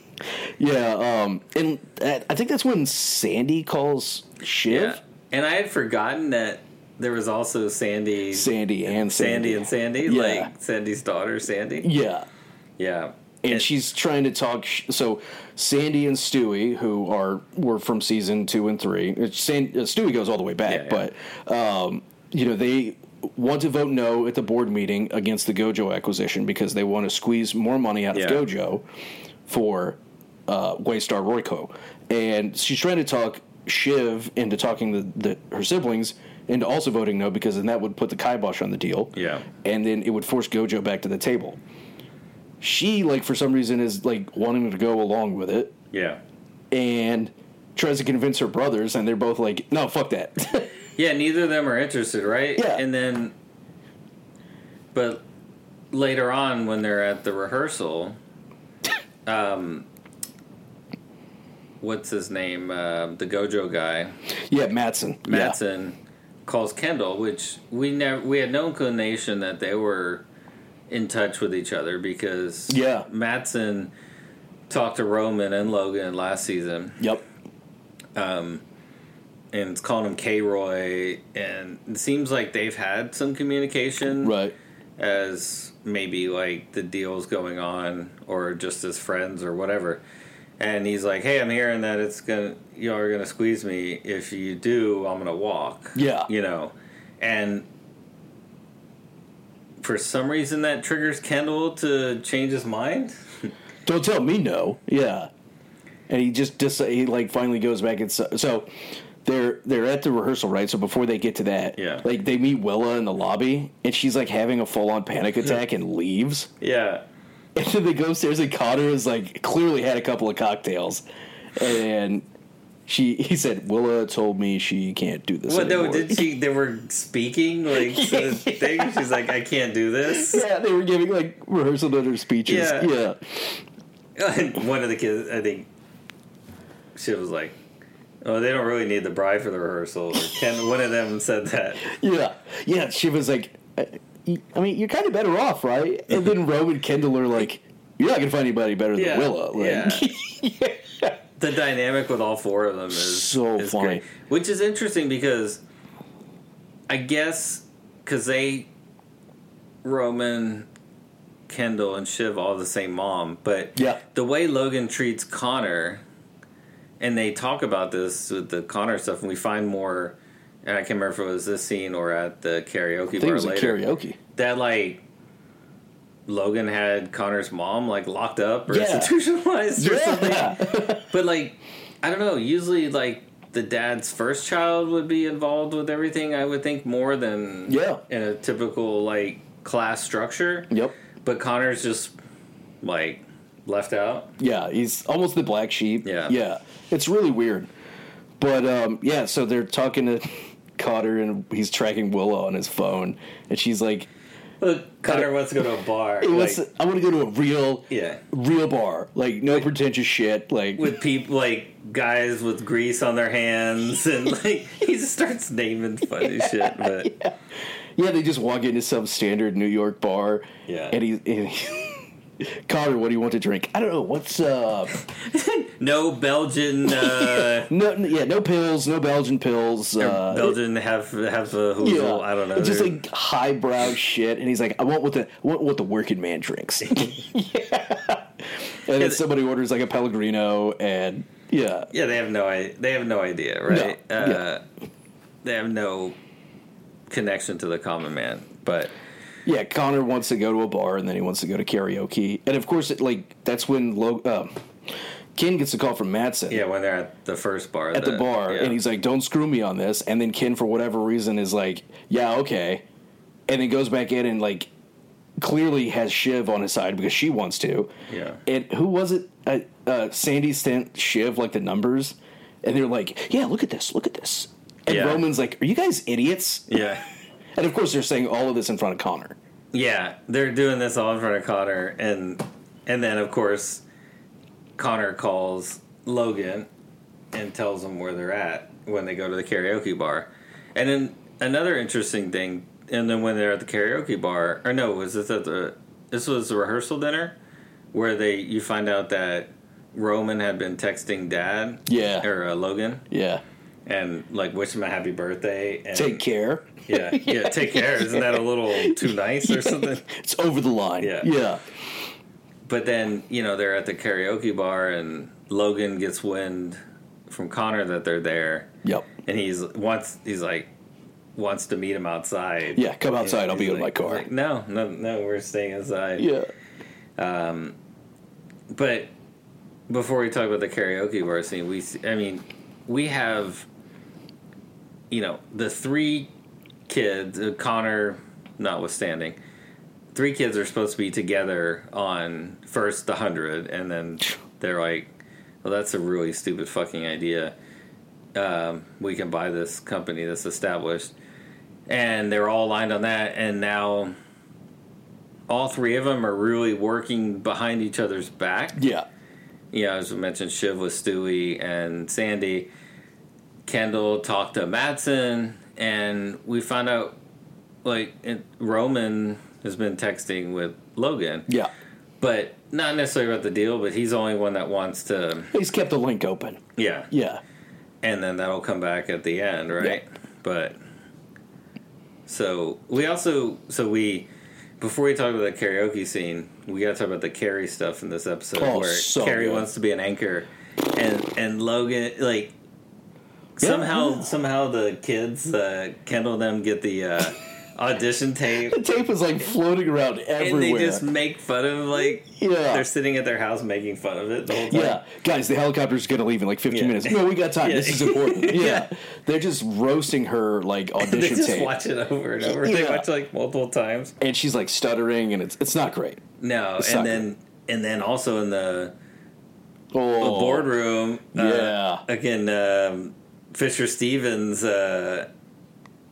yeah, um, and that, I think that's when Sandy calls Shiv,
Yeah. And I had forgotten that there was also Sandy, Sandy,
Sandy and Sandy,
and Sandy,
Yeah.
like Sandy's daughter, Sandy.
yeah,
Yeah.
and she's trying to talk. sh- So Sandy and Stewie, who are were from season two and three, it's San, uh, Stewie goes all the way back,
Yeah, yeah.
but um, you know they want to vote no at the board meeting against the Gojo acquisition because they want to squeeze more money out
Yeah.
of Gojo for uh, Waystar Royco, and she's trying to talk Shiv into talking the, the her siblings into also voting no because then that would put the kibosh on the deal
Yeah.
and then it would force Gojo back to the table. She, like, for some reason, is like wanting to go along with it
Yeah.
and tries to convince her brothers, and they're both like, "No, fuck that."
Yeah, neither of them are interested, right?
Yeah.
And then, but later on when they're at the rehearsal, um, what's his name? Uh, the Gojo guy,
yeah, Matson.
Matson, calls Kendall, which we never we had no inclination that they were in touch with each other because
Yeah.
Matson talked to Roman and Logan last season
Yeah. Yep.
and it's calling him K Roy, and it seems like they've had some communication,
Right.
As maybe like the deal's going on, or just as friends, or whatever. And he's like, "Hey, I'm hearing that it's gonna y'all are gonna squeeze me. If you do, I'm gonna walk."
Yeah.
you know, and for some reason that triggers Kendall to change his mind.
Don't tell me no. Yeah. And he just dis- he like finally goes back and so, so they're they're at the rehearsal right. So before they get to that,
Yeah.
like they meet Willa in the lobby, and she's like having a full on panic attack and leaves.
Yeah,
And then they go upstairs, and Connor is like clearly had a couple of cocktails, and she he said Willa told me she can't do this
what? No,
anymore.
did she? They were speaking like to the thing. She's like, "I can't do this."
yeah, they were giving like rehearsal dinner speeches.
Yeah.
Yeah.
And one of the kids, I think, she was like, "Oh, they don't really need the bride for the rehearsal." Or Ken, one of them said that.
yeah, yeah. She was like, I I mean, you're kind of better off, right? And then Roman Kendall are like, you're not gonna find anybody better than
Yeah,
Willa. Like,
yeah. The dynamic with all four of them is
So
is
funny.
great. which is interesting because I guess because they Roman, Kendall, and Shiv all the same mom, but
Yeah.
the way Logan treats Connor, and they talk about this with the Connor stuff, and we find more. And I can't remember if it was this scene or at the karaoke
I think it
bar
was at
later.
karaoke.
that like Logan had Connor's mom like locked up or
Yeah.
institutionalized or something.
Yeah.
But like I don't know, usually like the dad's first child would be involved with everything, I would think more than
Yeah.
in a typical like class structure.
yep.
But Connor's just like left out.
Yeah, he's almost the black sheep.
Yeah.
Yeah. It's really weird. But um, yeah, so they're talking to Cotter and he's tracking Willow on his phone and she's like,
Look, Connor wants to go to a bar.
hey,
like,
what's I wanna go to a real
yeah.
real bar. Like no pretentious shit. Like
With people like guys with grease on their hands and like he just starts naming funny shit, but
Yeah, they just walk into some standard New York bar.
Yeah.
And he, and he Cotter, what do you want to drink? I don't know, what's uh
No Belgian, uh,
no n- yeah, no pills, no Belgian pills, uh
Belgian have have a hoozle.
yeah,
I don't know.
It's just
They're-
like highbrow shit, and he's like, "I want what the I want what the working man drinks." And then somebody orders like a Pellegrino, and yeah,
yeah, they have no i- they have no idea, right?
No,
Uh, They have no connection to the common man. But
yeah. Connor wants to go to a bar, and then he wants to go to karaoke, and of course, it, like that's when Lo, um, Ken gets a call from Matson
yeah, when they're at the first bar,
at the bar, and he's like, "Don't screw me on this." And then Ken, for whatever reason, is like, "Yeah, okay," and then goes back in and like clearly has Shiv on his side because she wants to.
yeah,
and who was it? Uh, uh, Sandy sent Shiv like the numbers, and they're like, "Yeah, look at this, look at this." And
Yeah.
Roman's like, "Are you guys idiots?"
yeah,
And of course, they're saying all of this in front of Connor.
Yeah, they're doing this all in front of Connor, and and then of course, Connor calls Logan and tells him where they're at when they go to the karaoke bar, and then another interesting thing, and then when they're at the karaoke bar, or no, was this at the this was the rehearsal dinner where they you find out that Roman had been texting Dad,
Yeah.
or uh, Logan,
Yeah.
and like wish him a happy birthday. And,
Take care.
Yeah, yeah, take care. Isn't that a little too nice or something?
It's over the line.
Yeah.
Yeah.
But then, you know, they're at the karaoke bar and Logan gets wind from Connor that they're there
Yep.
and he's wants he's like wants to meet him outside.
Yeah. Come outside. I'll be
He's
in my
like-
car.
he's like, no, no, no, we're staying inside.
yeah.
But before we talk about the karaoke bar scene, we s- I mean, we have you know, the three kids, uh, Connor notwithstanding, three kids are supposed to be together on first the 100 and then they're like, "Well, that's a really stupid fucking idea. Um, we can buy this company that's established." And they're all lined on that and now all three of them are really working behind each other's back
Yeah.
you know, as we mentioned, Shiv with Stewie and Sandy. Kendall talked to Matson, and we found out like it, Roman has been texting with Logan,
Yeah.
but not necessarily about the deal. But he's the only one that wants to,
He's kept the link open.
yeah.
Yeah.
And then that'll come back at the end, right? But so we also so we before we talk about the karaoke scene, we got to talk about the Carrie stuff in this episode
Oh,
where
so
Carrie
good.
wants to be an anchor, and and Logan like somehow somehow the kids uh, Kendall and them get the uh, audition tape.
The tape is like floating around
And they
everywhere.
just make fun of like
Yeah.
they're sitting at their house making fun of it the whole time.
yeah, guys, the helicopter's gonna leave in like 15
Yeah.
minutes. No, we got time.
Yeah.
This is important. Yeah.
Yeah.
they're just roasting her like
They
audition
just
tape,
watch it over and over. They
Yeah.
watch it, like multiple times.
and she's like stuttering, and it's it's not great.
No, and
sucker.
then and then also in the
Oh,
boardroom, uh,
Yeah.
again, um, Fisher Stevens. Uh,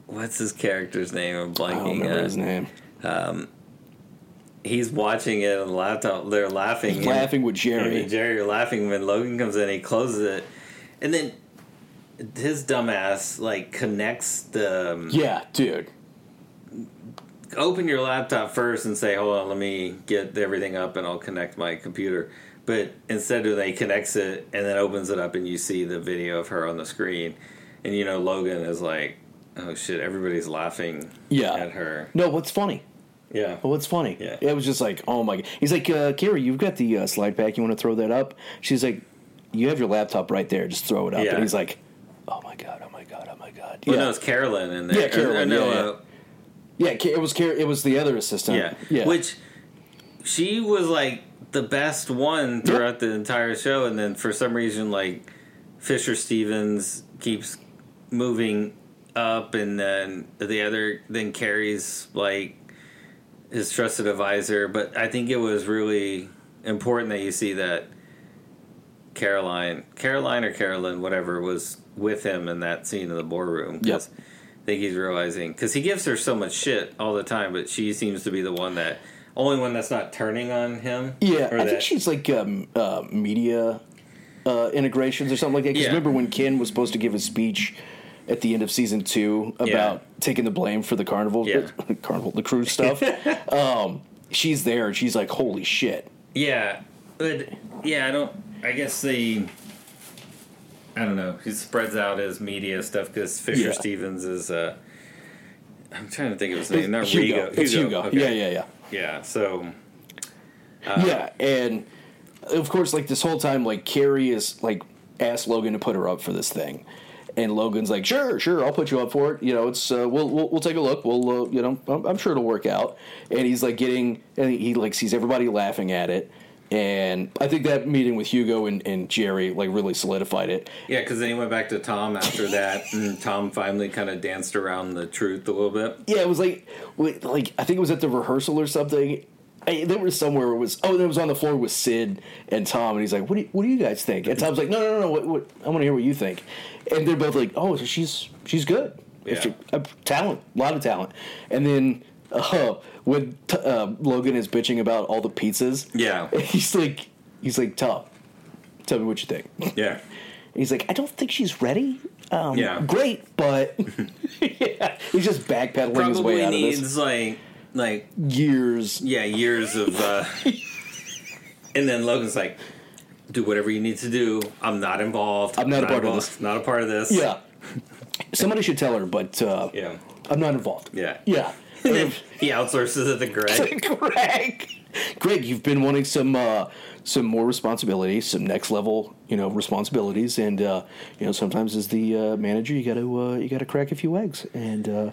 what's his character's name? I'm
I don't
blanking.
remember
uh,
his name.
He's watching it on the laptop. They're laughing. and-
Laughing with
him
Jerry.
and Jerry are laughing when Logan comes in. He closes it, and then his dumbass like connects the. um,
Yeah, dude.
open your laptop first and say, "Hold on, let me get everything up and I'll connect my computer." But instead, of they connects it and then opens it up and you see the video of her on the screen, and you know Logan is like, "Oh shit, everybody's laughing
Yeah.
at her."
No, what's funny?
Yeah,
Well, what's funny?
Yeah.
It was just like, oh my god. He's like, uh, Carrie, you've got the uh, slide pack. You want to throw that up? She's like, you have your laptop right there. Just throw it up.
Yeah.
And he's like, oh my god, oh my god, oh my god.
well,
yeah,
no, it's Carolyn in there.
Yeah, Carolyn,
no,
yeah, yeah.
uh,
yeah. Ca- It was Car- It was the other assistant.
Yeah.
yeah.
Which she was like the best one throughout the entire show and then for some reason like Fisher Stevens keeps moving up and then the other then carries like his trusted advisor, but I think it was really important that you see that Caroline, Caroline or Carolyn, whatever, was with him in that scene in the boardroom. 'cause
Yep.
I think he's realizing because he gives her so much shit all the time, but she seems to be the one that only one that's not turning on him.
Yeah,
or
I
that-
think she's like um, uh, media uh, integrations or something like that. Because
Yeah.
remember when Ken was supposed to give his speech at the end of season two about taking the blame for the carnival,
Yeah.
carnival, the cruise stuff. um, she's there and she's like, "Holy shit!"
Yeah, but yeah, I don't. I guess the I don't know. He spreads out his media stuff because Fisher
Yeah.
Stevens is. uh I'm trying to think of his name. Not
Hugo,
Rigo.
it's Hugo.
Okay.
Yeah, yeah, yeah.
Yeah, so
yeah, and of course, like this whole time, like Carrie is like asked Logan to put her up for this thing, and Logan's like, "Sure, sure, I'll put you up for it. You know, it's uh, we'll, we'll we'll take a look. We'll uh, you know, I'm, I'm sure it'll work out." And he's like getting, and he like sees everybody laughing at it. And I think that meeting with Hugo and, and Jerry like really solidified it.
yeah, because then he went back to Tom after that, and Tom finally kind of danced around the truth a little bit.
Yeah, it was like, wait, like I think it was at the rehearsal or something. I, there was somewhere where it was. Oh, it was on the floor with Sid and Tom, and he's like, "What do you, what do you guys think?" And Tom's like, "No, no, no, no. What, what, I want to hear what you think." And they're both like, "Oh, so she's she's good.
Yeah.
She- uh, talent, a lot of talent." And then uh, when t- uh, Logan is bitching about all the pizzas.
Yeah.
He's like, he's like, Tom, tell me what you think. And
Yeah.
he's like, I don't think she's ready. Um,
Yeah.
Great, but yeah, he's just backpedaling his way
Probably
out of
needs like like
this. Years.
yeah years of. uh And then Logan's like, do whatever you need to do. I'm not involved.
I'm not a part of
involved. Not a part of this.
Yeah. Somebody should tell her, but uh,
Yeah.
I'm not involved.
Yeah.
Yeah.
And then he outsources it to Greg.
Greg. Greg, you've been wanting some uh, some more responsibility, some next level, you know, responsibilities, and uh, you know, sometimes as the uh, manager, you got to uh, you got to crack a few eggs and uh,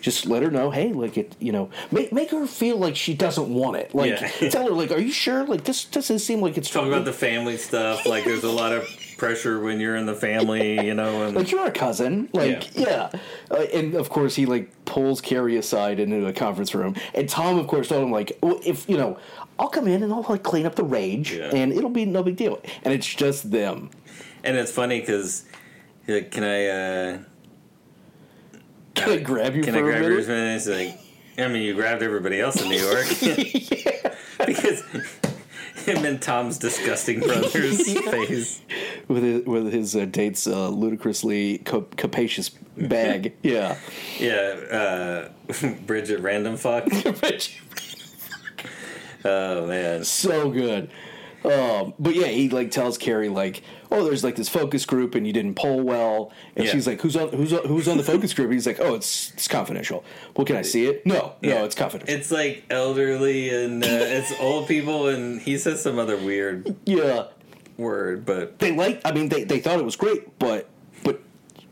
just let her know, hey, like it, you know, make make her feel like she doesn't want it. Like,
Yeah.
tell her, like, are you sure? Like, this doesn't seem like it's
Talk about the family stuff. Like there's a lot of pressure when you're in the family, you know. And
like you're our cousin like yeah, Uh, and of course he like pulls carrie aside into the conference room and tom of course told him like well, if you know i'll come in and i'll like clean up the rage
Yeah.
and it'll be no big deal and it's just them
And it's funny because like, can I uh,
can i grab you
can
for
I grab
a
yours?
minute
And it's like, I mean, you grabbed everybody else in New York because him and Tom's disgusting brother's face.
with his, with his uh, date's uh, ludicrously cap- capacious bag yeah
Yeah, uh, Bridget Random Fuck. Oh man,
so good. Um, but yeah, he like tells Carrie like, "Oh, there's like this focus group, and you didn't poll well." And
Yeah.
she's like, "Who's on who's on, who's on the focus group?" And he's like, "Oh, it's it's confidential. Well, can I see it? No,
Yeah.
no, it's confidential.
it's like elderly and uh, it's old people, and he says some other weird
yeah,
word, but
they like. I mean, they they thought it was great, but but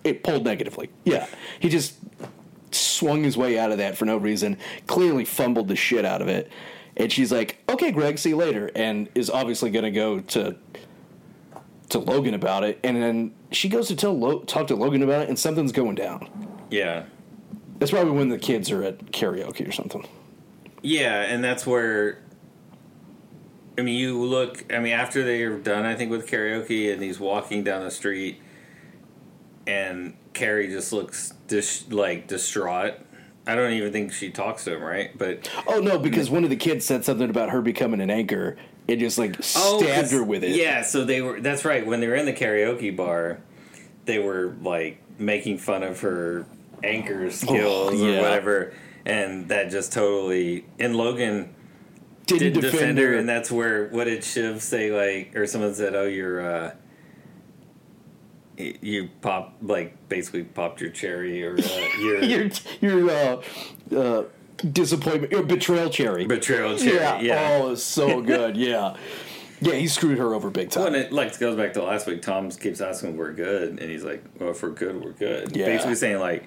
it polled negatively. Yeah, he just swung his way out of that for no reason. Clearly fumbled the shit out of it. And she's like, "Okay, Greg, see you later," and is obviously going to go to to Logan about it. And then she goes to tell Lo- talk to Logan about it, and something's going down.
yeah,
That's probably when the kids are at karaoke or something.
Yeah, and that's where. I mean, you look. I mean, after they're done, I think with karaoke, and he's walking down the street, and Carrie just looks dis- like distraught. I don't even think she talks to him, right? But
Oh no, because one of the kids said something about her becoming an anchor. and just like
Oh, 'cause-
stabbed her with it.
Yeah, so they were. That's right. When they were in the karaoke bar, they were like making fun of her anchor
Oh,
skills
yeah.
or whatever, and that just totally. And Logan
didn't,
didn't defend, her, and that's where what did Shiv say? Like, or someone said, "Oh, you're uh, y- you pop like basically popped your cherry or uh, your
your your uh, uh, disappointment, your betrayal cherry.
betrayal cherry." Yeah.
Oh, it's so good. Yeah. Yeah, he screwed her over big
When
time.
it like goes back to last week, Tom keeps asking, if "We're good," and he's like, "Well, if we're good, we're good."
Yeah.
Basically saying like,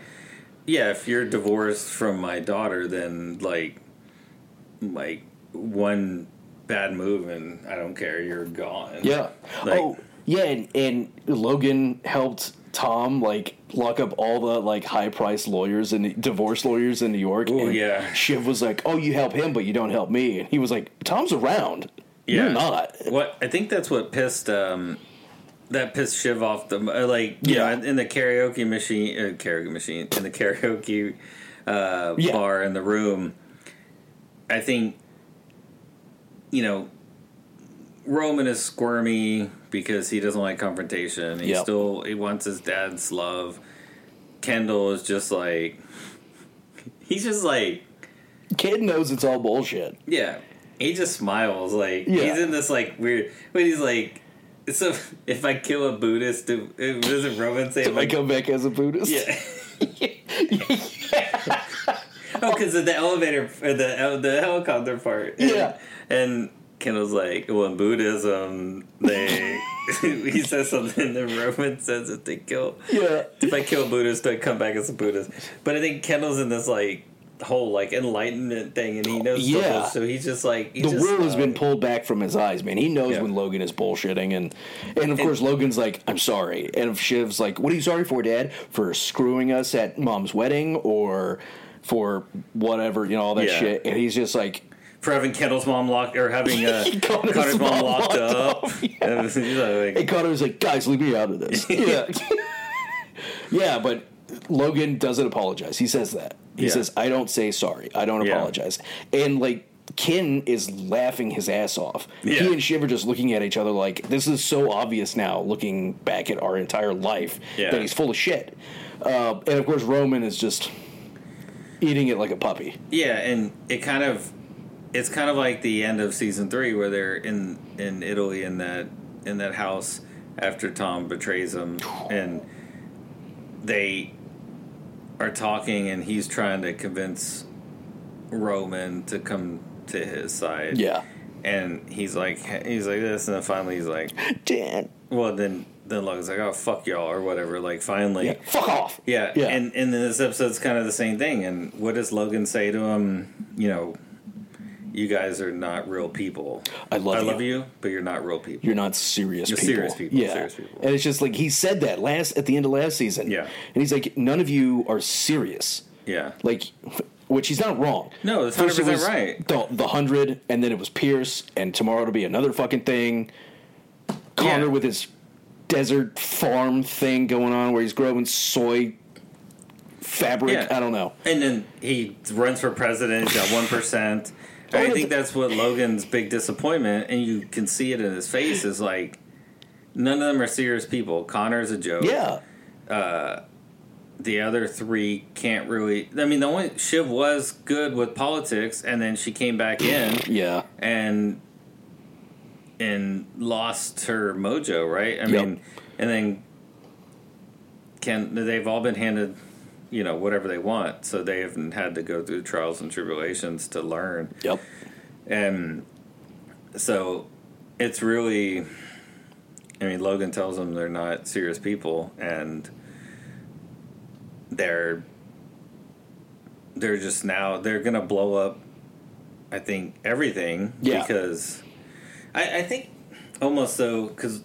"Yeah, if you're divorced from my daughter, then like, like one bad move, and I don't care, you're gone."
Yeah.
Like-
oh, yeah, and, and Logan helped Tom like lock up all the like high priced lawyers and divorce lawyers in New York. and
yeah.
Shiv was like, "Oh, you help him, but you don't help me." And he was like, "Tom's around. You're not."
What I think that's what pissed um that pissed Shiv off the mo- uh, like yeah
Yeah.
in the karaoke machine uh, karaoke machine in the karaoke uh,
Yeah.
bar in the room. I think you know Roman is squirmy because he doesn't like confrontation. He
Yep.
still he wants his dad's love. Kendall is just like he's just like
Kid knows it's all bullshit.
yeah. He just smiles like
Yeah.
he's in this like weird when he's like so if I kill a Buddhist do if- does a Roman say
I
like
come back as a Buddhist.
yeah. oh, because of the elevator, or the el- the helicopter part. And-
Yeah.
and Kendall's like, well, in Buddhism, they he says something. The Roman says that they kill
Yeah.
if I kill a Buddhist, I come back as a Buddhist. But I think Kendall's in this like whole like enlightenment thing, and he knows so
Yeah.
much, so he's just like he
the
just,
will has
uh,
been pulled back from his eyes, man. He knows
Yeah.
when Logan is bullshitting, and and of course Logan's like, "I'm sorry," and if Shiv's like, "What are you sorry for, Dad? For screwing us at Mom's wedding, or for whatever, you know, all that
Yeah.
shit." And he's just like,
for having Kendall's mom locked or having uh,
Connor's
Connor's, mom, locked, up. He's like,
And Connor's like, guys, leave me out of this. Yeah. yeah, but Logan doesn't apologize. He says that. He
Yeah.
says, I don't say sorry. I don't
Yeah.
apologize. And like Ken is laughing his ass off.
Yeah.
He and Shiv are just looking at each other like, this is so obvious now, looking back at our entire life,
Yeah.
that he's full of shit. Uh, and of course, Roman is just eating it like a puppy.
Yeah, and it kind of it's kind of like the end of season three where they're in in Italy in that in that house after Tom betrays him and they are talking and he's trying to convince Roman to come to his side.
Yeah.
And he's like he's like this and then finally he's like
Dan.
well then then Logan's like, Oh fuck y'all or whatever, like finally
Yeah. Fuck off.
yeah,
Yeah.
and and in this episode's kind of the same thing. And what does Logan say to him? You know, you guys are not real people.
I love
I
you.
love you, but you're not real people.
You're not serious
You're
people.
serious people,
Yeah.
serious people.
And it's just like he said that last at the end of last season.
Yeah.
And he's like, none of you are serious.
yeah,
Like which he's not wrong.
No, that's
First it
100%
was
right.
The, the hundred, and then it was Pierce, and tomorrow it'll be another fucking thing. Connor
Yeah.
with his desert farm thing going on where he's growing soy fabric.
Yeah.
I don't know.
and then he runs for president. He's got one percent. I
yeah,
think
but-
that's what Logan's big disappointment, and you can see it in his face. Is like none of them are serious people. Connor's a joke.
Yeah.
the other three can't really. I mean, the only Shiv was good with politics, and then she came back in.
Yeah.
and and lost her mojo, right? I
Yep.
mean, and then can they've all been handed, you know, whatever they want, so they haven't had to go through trials and tribulations to learn,
Yep.
and so it's really, I mean, Logan tells them they're not serious people, and they're they're just now they're gonna blow up i think everything
Yeah.
because i i think almost though because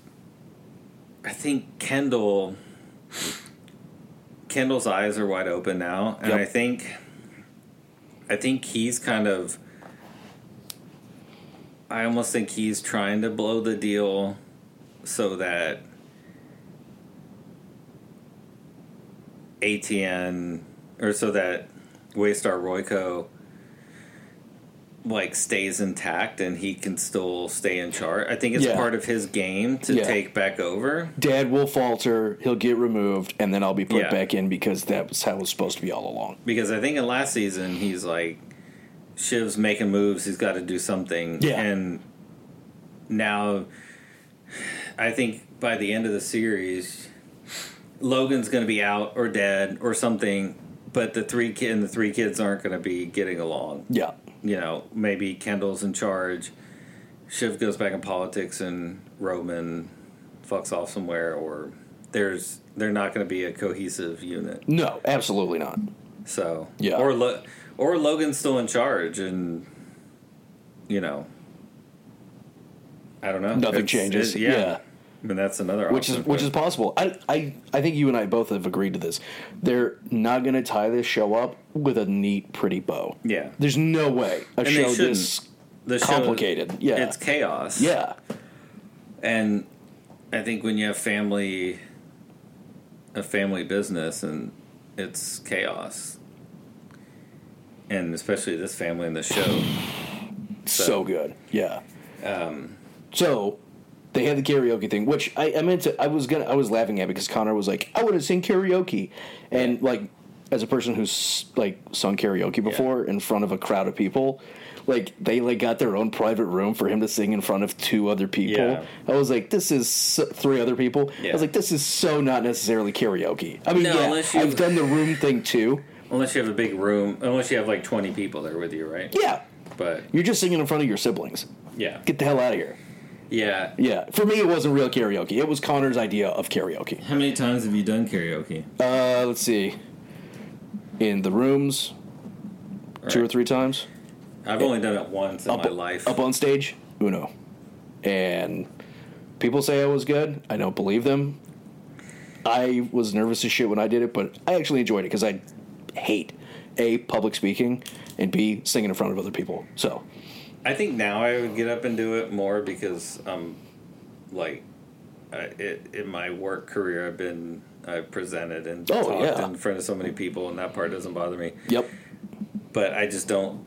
i think kendall kendall's eyes are wide open now and
Yep.
i think i think he's kind of i almost think he's trying to blow the deal so that ATN or so that Waystar Royco like stays intact and he can still stay in charge. I think it's
Yeah.
part of his game to
Yeah.
take back over.
Dad will falter. He'll get removed, and then I'll be put
Yeah.
back in because that was how it was supposed to be all along.
Because I think in last season he's like Shiv's making moves, he's gotta do something.
Yeah.
And now I think by the end of the series Logan's gonna be out or dead or something, but the three kid and the three kids aren't gonna be getting along.
Yeah.
you know, maybe Kendall's in charge, Shiv goes back in politics, and Roman fucks off somewhere, or there's they're not going to be a cohesive unit.
No, absolutely not.
So
Yeah.
or Lo- or Logan's still in charge, and you know, I don't know.
Nothing
It's-
changes.
it-
yeah.
I mean that's another
which is
option,
which
but-
is possible. I, I I think you and I both have agreed to this. They're not going to tie this show up with a neat, pretty bow.
yeah
There's no way a
they
show this
the show-
complicated. yeah,
It's chaos.
yeah,
and I think when you have family, a family business, and it's chaos, and especially this family in the show,
so, good. Yeah. Um, so they had the karaoke thing, which I, I meant to. I was gonna. I was laughing at because Connor was like, "I want to sing karaoke," and like as a person who's like sung karaoke before in front of a crowd of people. Like they like got their own private room for him to sing in front of two other people.
Yeah.
I was like, this is so, three other people. I
Yeah.
was like, this is so not necessarily karaoke. I mean,
No,
yeah,
unless you-
I've done the room thing too.
unless you have a big room, unless you have like twenty people there with you, right?
Yeah,
But
you're just singing in front of your siblings.
yeah,
Get the hell out of here.
yeah.
Yeah, for me, it wasn't real karaoke. It was Connor's idea of karaoke.
How many times have you done karaoke?
Uh, let's see. In the rooms, two or
Right.
three times.
I've only done it once in my life.
Up on stage, uno. And people say I was good. I don't believe them. I was nervous as shit when I did it, but I actually enjoyed it because I hate A, public speaking, and B, singing in front of other people. So,
I think now I would get up and do it more because um, like, I, it, in my work career, I've been I've presented and
Oh,
talked
yeah.
in front of so many people, and that part doesn't bother me.
yep.
but I just don't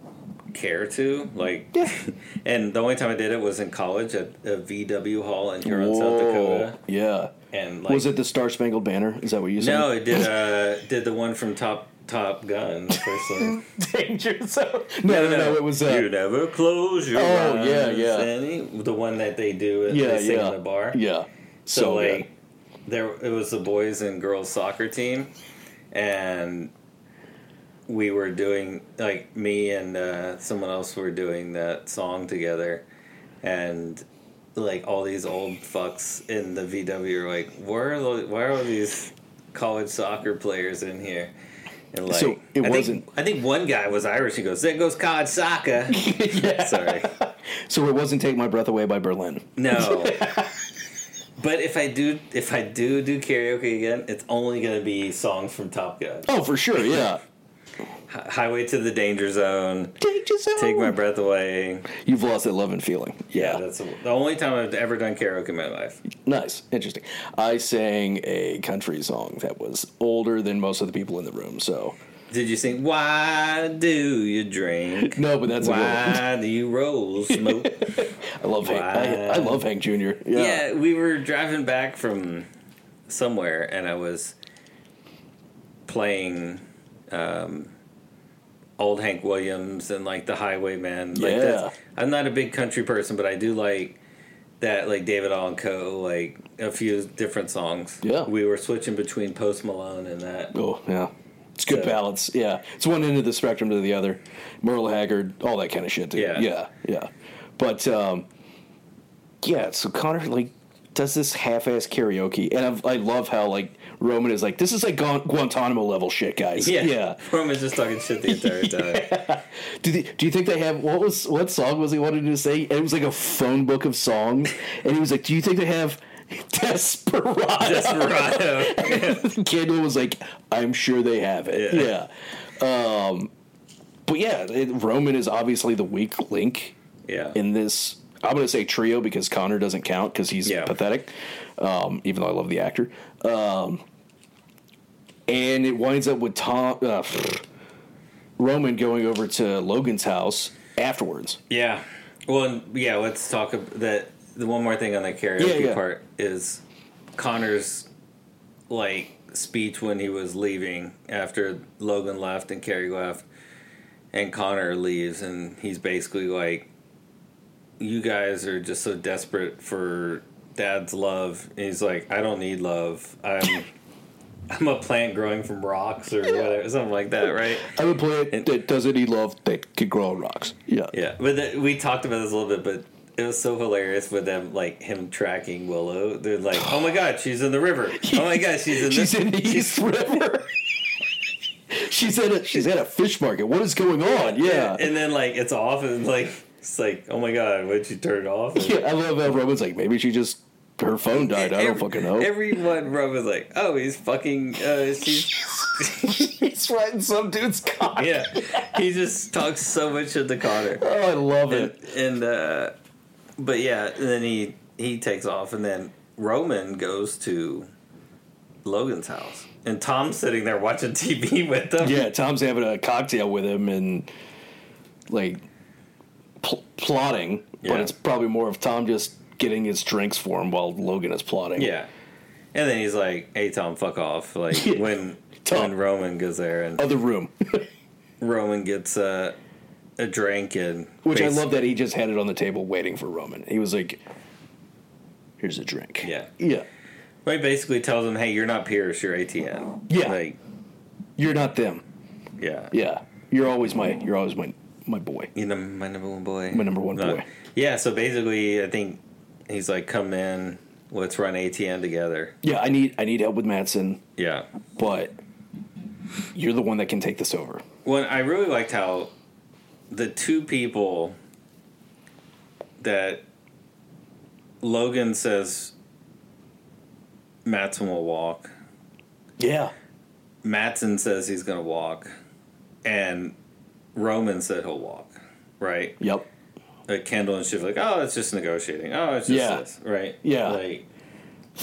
care to like.
Yeah.
and the only time I did it was in college at a VW Hall in Huron, South
Whoa.
Dakota.
Yeah.
And like,
was it the Star Spangled Banner? Is that what you said?
No, it did. Uh, did the one from Top Top Gun the first one?
Danger Zone. No, no, no. It was. Uh,
you never close your
Oh,
eyes.
yeah, yeah.
Any, the one that they do. Yeah,
yeah,
they sing
yeah.
in the bar.
Yeah.
So,
good.
like, there it was the boys and girls soccer team, and we were doing like me and uh, someone else were doing that song together, and like all these old fucks in the VW are like, where are the, why are all these college soccer players in here? And like,
So, it
I think-
wasn't-
I think one guy was Irish. He goes, "There goes college soccer." Sorry.
So it wasn't Take My Breath Away by Berlin.
No. but if I do if I do do karaoke again, it's only going to be songs from Top Gun.
Oh, for sure, yeah.
Hi- Highway to the Danger Zone,
Danger Zone.
Take My Breath Away.
You've lost that love and feeling.
Yeah, that's the only time I've ever done karaoke in my life.
Nice, interesting. I sang a country song that was older than most of the people in the room. So
Did you sing Why do you drink?
no, but that's a good
Why do you roll smoke?
one. I love Hank. I, I love Hank Jr. Yeah.
yeah, we were driving back from somewhere, and I was playing um, old Hank Williams and like the Highwaymen. Like
Yeah.
that's- I'm not a big country person, but I do like that, like David Allan Coe, like a few different songs.
Yeah.
we were switching between Post Malone and that.
Oh yeah, it's good
So-
balance. Yeah, it's one end of the spectrum to the other. Merle Haggard, all that kind of shit. Dude.
Yeah.
yeah, yeah. But um, yeah, so Connor like does this half-ass karaoke, and I've, I love how like Roman is like, this is like Gu- Guantanamo level shit, guys.
Yeah,
yeah.
Roman's just talking shit the entire time.
Do, they, do you think they have what was what song was he wanted to say? And it was like a phone book of songs, and he was like, "Do you think they have Desperado?"
Desperado.
Kendall was like, "I'm sure they have it." Yeah.
Yeah.
Um, but yeah, it, Roman is obviously the weak link
yeah,
in this. I'm going to say trio because Connor doesn't count because he's
Yeah.
pathetic, um, even though I love the actor. Um, and it winds up with Tom uh, Roman going over to Logan's house afterwards.
Yeah. Well, and- yeah. Let's talk about that. The one more thing on the karaoke
Yeah, yeah.
part is Connor's like speech when he was leaving after Logan left and Carrie left, and Connor leaves, and he's basically like, "You guys are just so desperate for Dad's love." And he's like, "I don't need love. I'm." I'm a plant growing from rocks or whatever, something like that, right?
I would play it that doesn't he love that could grow on rocks. Yeah.
Yeah, but the, we talked about this a little bit, but it was so hilarious with them, like him tracking Willow. They're like, "Oh my god, she's in the river! Oh my god, she's in
She's
the
in the East River. she's at a she's at a fish market. What is going on? Yeah.
And then like it's off, and like it's like, "Oh my god, why would you turn it off?"
Yeah, I love how Roman's like, maybe she just her phone died. I don't
Every-
fucking know.
Everyone, Rob was like, "Oh, he's fucking." Uh, she's
He's writing some dude's cock.
yeah. He just talks so much of the Connor.
Oh, I love it.
and uh but yeah and then he he takes off and then roman goes to logan's house and tom's sitting there watching tv with them
Yeah, Tom's having a cocktail with him and like pl- plotting,
Yeah.
but it's probably more of Tom just getting his drinks for him while Logan is plotting.
yeah and then he's like hey tom fuck off like
Yeah.
when
Tom.
when roman goes there and
Other room,
roman gets uh, a drink and
which I
basi-
love that he just had it on the table waiting for Roman. He was like, "Here's a drink."
yeah
yeah.
but he basically tells him hey you're not pierce you're atn
Yeah.
like
You're not them.
yeah
Yeah, you're always my you're always my my boy.
You know, my number one boy.
My number one
No.
boy.
Yeah, so basically, I think he's like, come in, let's run ATN together.
Yeah, I need I need help with Matson,
Yeah.
but you're the one that can take this over.
Well, I really liked how the two people that Logan says Matson will walk,
Yeah.
Matson says he's going to walk, and Roman said he'll walk, right?
Yep.
Like Kendall and Shiv, like, oh, it's just negotiating. Oh, it's just
Yeah.
this, right?
Yeah.
Like,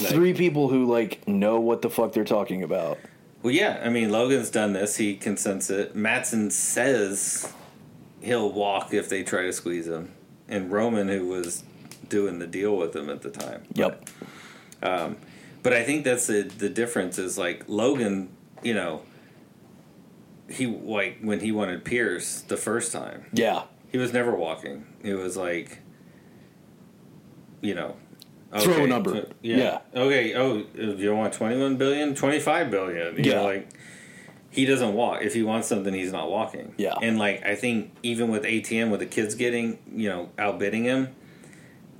like-
Three people who like know what the fuck they're talking about.
Well, yeah. I mean, Logan's done this. He consents it. Matson says he'll walk if they try to squeeze him. And Roman, who was doing the deal with him at the time.
Yep.
But I think that's the the difference is like Logan, you know, he like when he wanted Pierce the first time,
Yeah.
he was never walking. It was like, you know,
Throw a number.
tw- yeah. Okay. Oh, you want 21 billion, 25 billion. You
Yeah.
Know, like he doesn't walk. If he wants something, he's not walking.
Yeah.
And like I think even with ATM, with the kids getting you know outbidding him,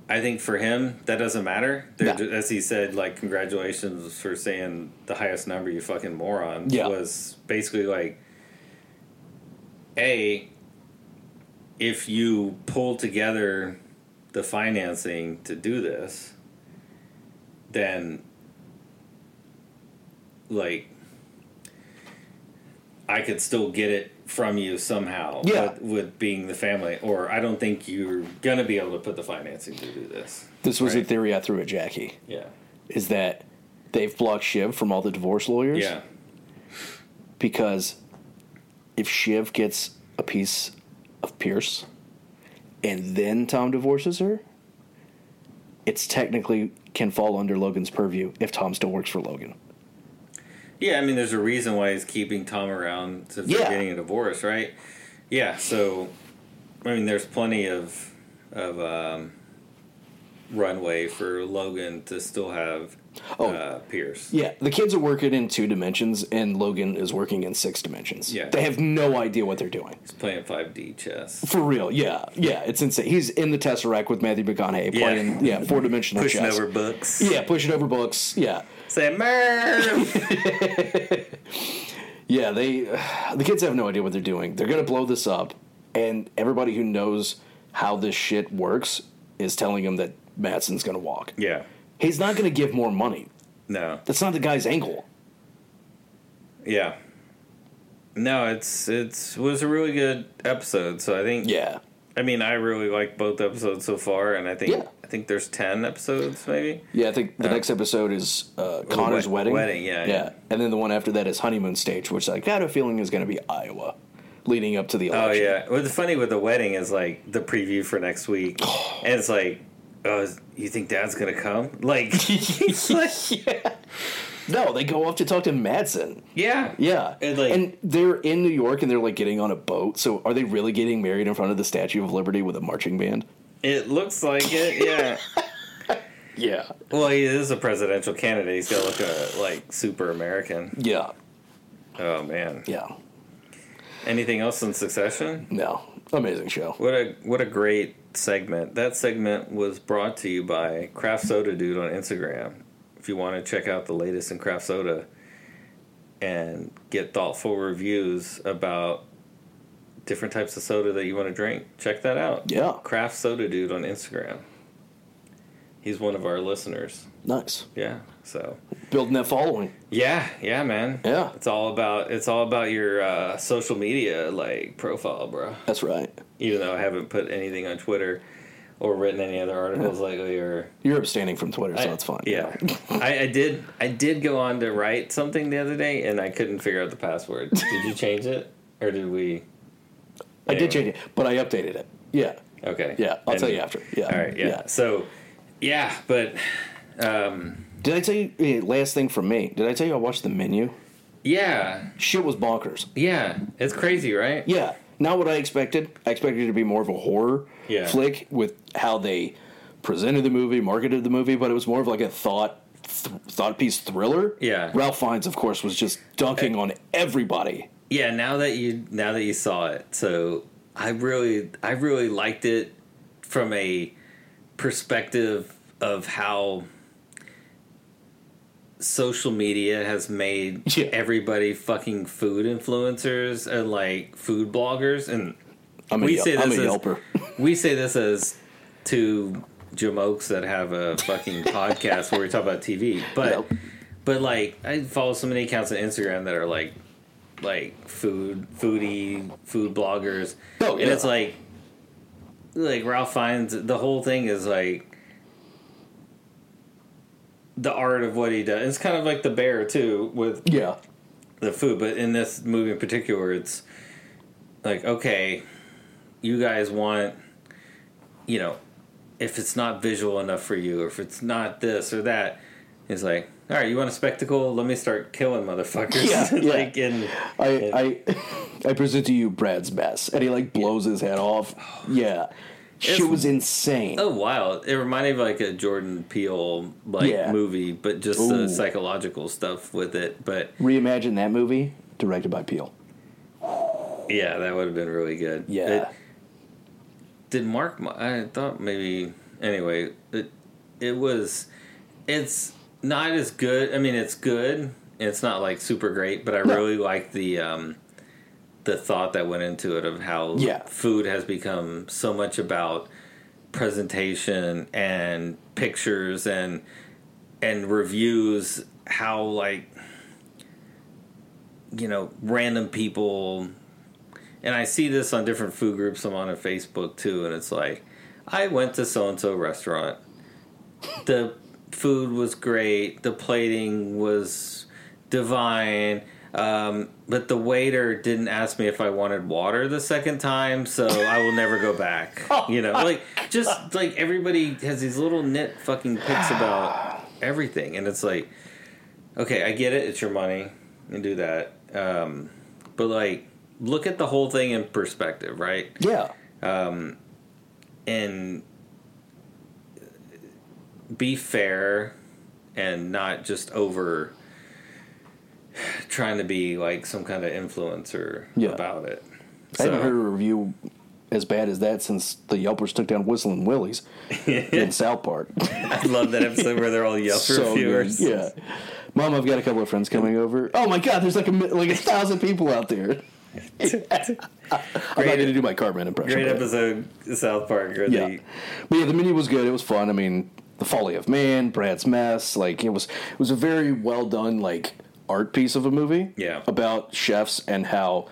I think for him that doesn't matter. They're
No.
ju- as he said, like congratulations for saying the highest number. You fucking moron.
Yeah.
Was basically like. A, if you pull together the financing to do this, then like I could still get it from you somehow
Yeah.
with, with being the family, or I don't think you're gonna be able to put the financing to do this.
This was
Right.
the theory I threw at Jackie
Yeah.
is that they've blocked Shiv from all the divorce lawyers
Yeah.
because if Shiv gets a piece of Pierce and then Tom divorces her, it's technically can fall under Logan's purview if Tom still works for Logan.
Yeah, I mean, there's a reason why he's keeping Tom around since
Yeah.
they're getting a divorce, right? Yeah, so I mean, there's plenty of of um, runway for Logan to still have
Oh.
uh, Pierce.
Yeah, the kids are working in two dimensions, and Logan is working in six dimensions.
Yeah.
They have no idea what they're doing.
He's playing 5D chess,
For real, yeah, yeah, it's insane. He's in the Tesseract with Matthew McConaughey
Yeah.
playing, yeah, four dimensional
pushing
chess.
over books.
Yeah, pushing over books. Yeah,
Say Merv.
yeah. They, the kids have no idea what they're doing. They're gonna blow this up, and everybody who knows how this shit works is telling them that Matson's gonna walk.
yeah.
He's not gonna give more money.
No.
That's not the guy's angle.
Yeah. No, it's it's was a really good episode. So I think
Yeah,
I mean I really like both episodes so far, and I think
Yeah.
I think there's ten episodes maybe.
yeah. I think the next episode is uh, Connor's
wed-
wedding.
wedding, yeah,
yeah,
yeah.
and then the one after that is honeymoon stage, which I got a feeling is gonna be Iowa, leading up to the
Oh
election.
yeah. What's funny with the wedding is like the preview for next week, and it's like, oh, is- you think Dad's gonna come? Like,
yeah. No, they go up to talk to Madsen.
yeah,
Yeah.
And, like-
and they're in New York and they're like getting on a boat. So are they really getting married in front of the Statue of Liberty with a marching band?
It looks like it. Yeah.
Yeah.
well, he is a presidential candidate. He's gonna look uh, like super American.
Yeah.
Oh man.
Yeah.
Anything else in Succession?
No. Amazing show.
What a what a great segment. That segment was brought to you by Craft Soda Dude on Instagram. If you want to check out the latest in craft soda and get thoughtful reviews about different types of soda that you want to drink, check that out.
Yeah.
Craft Soda Dude on Instagram. He's one of our listeners.
Nice.
Yeah. So
Building that following.
yeah, yeah, man.
Yeah.
It's all about it's all about your uh, social media like profile, bro
That's right.
even though I haven't put anything on Twitter or written any other articles lately or
You're abstaining from Twitter, so it's fine.
Yeah. I, I did I did go on to write something the other day and I couldn't figure out the password. Did you change it? Or did we
I did change it, but I updated it. Yeah.
Okay.
Yeah. I'll
And-
tell you after. Yeah.
All right, yeah. So yeah, but
Did I tell you eh, last thing from me? Did I tell you I watched the menu?
yeah,
Shit was bonkers.
yeah. It's crazy, right?
Yeah, not what I expected. I expected it to be more of a horror
Yeah.
flick with how they presented the movie, marketed the movie, but it was more of like a thought th- thought piece thriller.
Yeah.
Ralph Fiennes, of course, was just dunking on everybody.
yeah now that you now that you saw it so i really i really liked it from a perspective of how social media has made
Yeah.
everybody fucking food influencers and like food bloggers and
I'm a,
we
Yel-
say
I'm a
this as,
yelper.
we say this as two jamokes that have a fucking podcast where we talk about TV, but
Yep.
but like I follow so many accounts on Instagram that are like like food foodie food bloggers,
Oh,
and
yeah.
it's like like Ralph finds the whole thing is like the art of what he does. It's kind of like the bear too with
Yeah,
the food, but in this movie in particular, it's like okay, you guys want, you know, if it's not visual enough for you, or if it's not this or that, it's like, all right, you want a spectacle? Let me start killing motherfuckers.
Yeah, yeah.
like in
I, I I present to you Brad's mess, and he like blows his head off. Yeah, shit
It's-
was insane.
oh wow, it reminded me of like a Jordan Peele like
Yeah.
movie, but just the
Ooh.
psychological stuff with it. But
Reimagine that movie, directed by Peel.
yeah, that would have been really good.
Yeah,
It- did Mark? Mo- I thought maybe. Anyway, it it was. It's not as good. I mean, it's good. It's not like super great, but I
No.
really like the um, the thought that went into it of how
Yeah.
food has become so much about presentation and pictures and and reviews. How like you know random people and I see this on different food groups I'm on on Facebook too, and it's like, I went to so and so restaurant. The food was great. The plating was divine. Um, but the waiter didn't ask me if I wanted water the second time, so I will never go back. you know, like just like everybody has these little nit fucking picks about everything, and it's like, okay, I get it. It's your money, and do that. Um, but like, look at the whole thing in perspective, right?
yeah,
and be fair and not just over trying to be like some kind of influencer
Yeah.
about it.
I
So,
haven't heard a review as bad as that since the Yelpers took down Whistling Willie's in South Park.
I love that episode where they're all Yelp
so
reviewers.
good. Yeah, Mom, I've got a couple of friends coming over. Oh my God, there's like a mi- like a thousand people out there. I'm not
Great-
going to do my Cartman impression.
Great
but-
episode, South Park. Where
Yeah.
they,
But yeah, the menu was good. It was fun. I mean, the folly of man, Brad's mess. Like it was, it was a very well done like art piece of a movie.
Yeah.
About chefs and how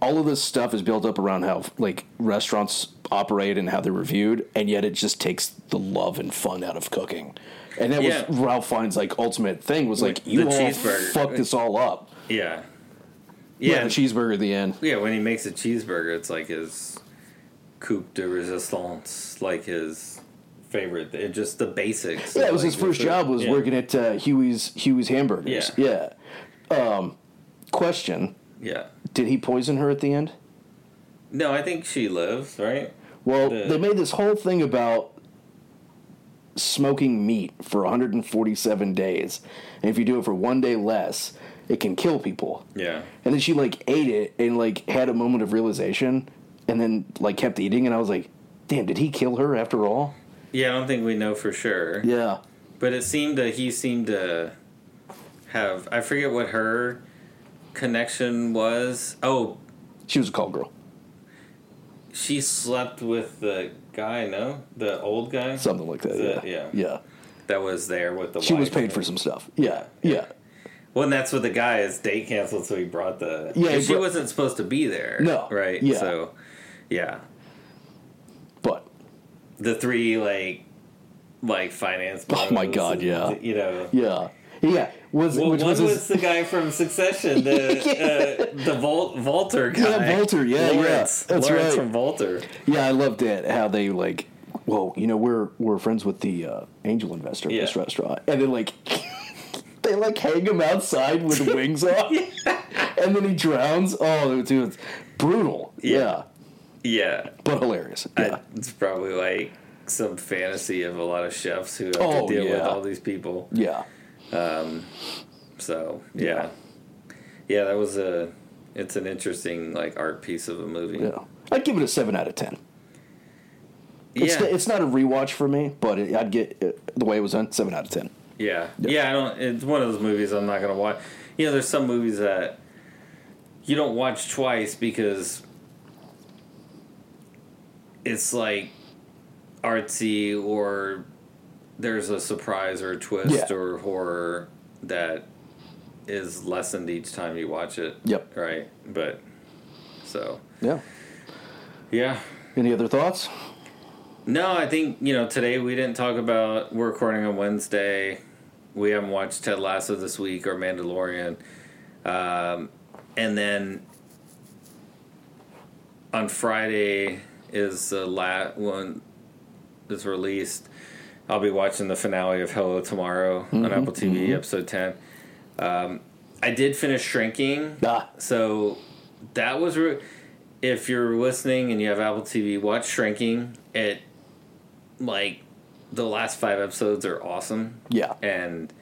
all of this stuff is built up around how like restaurants operate and how they're reviewed, and yet it just takes the love and fun out of cooking. And that
Yeah.
was Ralph Fiennes' like ultimate thing was like
The
you all
cheeseburger.
fucked this all up.
yeah,
Yeah,
yeah,
the
and-
cheeseburger at the end.
yeah. When he makes a cheeseburger, it's like his coupe de resistance, like his favorite. It just the basics.
Yeah, it was
Like,
his first
the-
job was
yeah.
working at uh, Huey's Huey's Hamburgers. Yeah. Um, question:
Yeah.
Did he poison her at the end?
No, I think she lives, right?
Well,
The-
they made this whole thing about smoking meat for 147 days, and if you do it for one day less, it can kill people.
Yeah.
And then she like ate it and like had a moment of realization, and then like kept eating. And I was like, "Damn, did he kill her after all?"
Yeah, I don't think we know for sure.
Yeah,
But it seemed that he seemed to have I forget what her connection was. Oh,
she was a call girl,
she slept with the guy, no? The old guy?
something like that.
The-
yeah,
yeah. uh,
yeah.
that was there with the
She was
wife.
paid for some stuff. Yeah, yeah.
Well, and that's what the guy is date canceled so he brought the
Yeah, he
and she
brought-
wasn't supposed to be there.
No,
Right?
yeah.
So yeah.
But
The three like like finance
Oh my
bros
God, yeah.
You know.
yeah, yeah. Was
Well,
which
one
was,
was,
his,
the guy from Succession, the uh, the Vol- Volter guy.
Yeah, Volter, yeah, yeah,
Lawrence,
that's
Lawrence
right.
from Volter.
yeah. I loved it how they like. Whoa, you know we're we're friends with the uh, angel investor at this
Yeah.
restaurant, and then like they like hang him outside with wings on, and then he drowns. Oh, dude, it's brutal. Yeah,
Yeah,
but hilarious.
I-
Yeah,
it's probably like some fantasy of a lot of chefs who have
Oh,
to deal with
yeah.
all these people.
yeah,
So yeah, yeah, that was a. It's an interesting like art piece of a movie.
yeah. I'd give it a seven out of ten. It's,
yeah.
it's not a rewatch for me, but it, I'd get it, the way it was done. Seven out of ten.
Yeah. Yeah, I don't it's one of those movies I'm not gonna watch. You know, there's some movies that you don't watch twice because it's like artsy or there's a surprise or a twist
Yeah.
or horror that is lessened each time you watch it.
Yep.
Right. But so
Yeah.
yeah.
Any other thoughts?
No, I think you know today we didn't talk about. We're recording on Wednesday. We haven't watched Ted Lasso this week or Mandalorian. Um, and then on Friday is the last one is released. I'll be watching the finale of Hello Tomorrow on Apple TV, episode ten. Um, I did finish Shrinking,
Ah.
so that was. Re- if you're listening and you have Apple TV, watch Shrinking. It like the last five episodes are awesome
Yeah.
and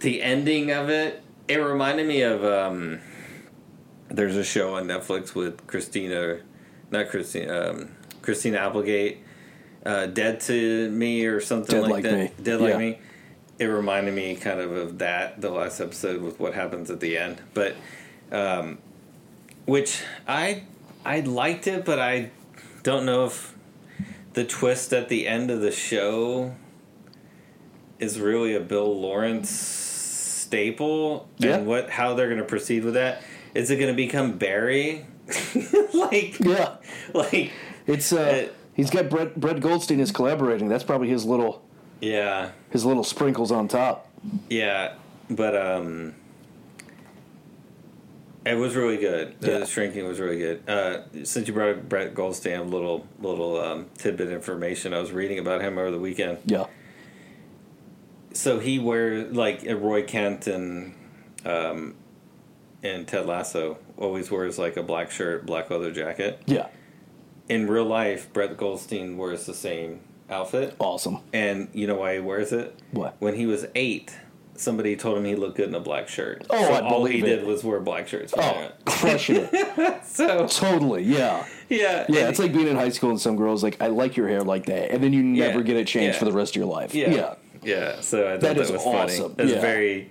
the ending of it it reminded me of um there's a show on netflix with christina not christina um, christina applegate uh, dead to me or
Dead
something like,
Like
that
Me.
dead
Yeah.
like me it reminded me kind of of that the last episode with what happens at the end but um which i i liked it but i don't know if the twist at the end of the show is really a Bill Lawrence staple
Yeah.
and what how they're going to proceed with that. Is it going to become Barry? like
Yeah.
like
It's uh,
Uh,
he's got Brett Brett Goldstein is collaborating. That's probably his little
yeah.
his little sprinkles on top.
Yeah, but um it was really good.
Yeah.
The shrinking was really good. Uh, since you brought up Brett Goldstein, a little little um, tidbit information I was reading about him over the weekend.
Yeah.
so he wears like uh, Roy Kent and um, and Ted Lasso always wears like a black shirt, black leather jacket.
Yeah.
In real life, Brett Goldstein wears the same outfit,
Awesome.
and you know why he wears it?
What?
When he was eight, somebody told him he looked good in a black shirt.
Oh,
so
I
all he
believe it.
did was wear black shirts. from
Oh,
there on.
crushing it.
so
totally. Yeah.
yeah,
Yeah.
and-
It's like being in high school and some girls like, I like your hair like that, and then you never
Yeah.
get it changed
Yeah.
for the rest of your life.
Yeah.
Yeah.
Yeah. So I thought
That
that,
is
was
awesome,
funny. That's
yeah.
very,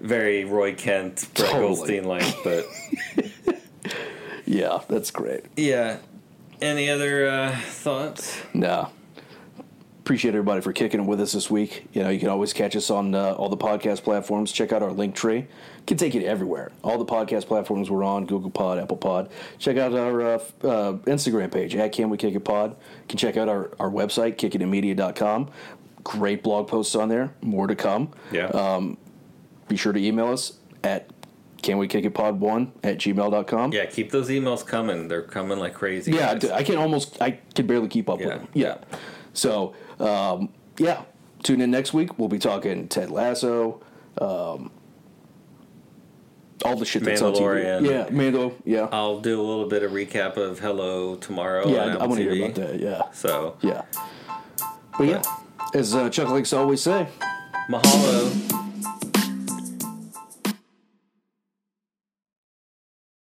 very Roy Kent, Brett
Totally.
Goldstein like, but.
Yeah, That's great.
Yeah. Any other uh, thoughts?
No. Appreciate everybody for kicking it with us this week. You know, you can always catch us on uh, all the podcast platforms. Check out our link tree. Can take you to everywhere. All the podcast platforms we're on: Google Pod, Apple Pod. Check out our uh, f- uh, Instagram page at Can We Kick It Pod. You can check out our our website kickitinmedia.com. Great blog posts on there. More to come.
Yeah.
Um, Be sure to email us at can we kick it pod one at gmail.com.
yeah, keep those emails coming. They're coming like crazy.
Yeah, I d- I can almost, I can barely keep up
Yeah.
with them. Yeah. So, um, yeah, tune in next week. We'll be talking Ted Lasso, um, all the shit that's on TV.
Mandalorian. Uh,
Yeah, Mando. Yeah,
I'll do a little bit of recap of Hello Tomorrow
yeah.
on
I,
Apple
want to
TV.
hear about that. Yeah,
So,
yeah. But yeah, as uh, Chuck likes to always say.
mahalo.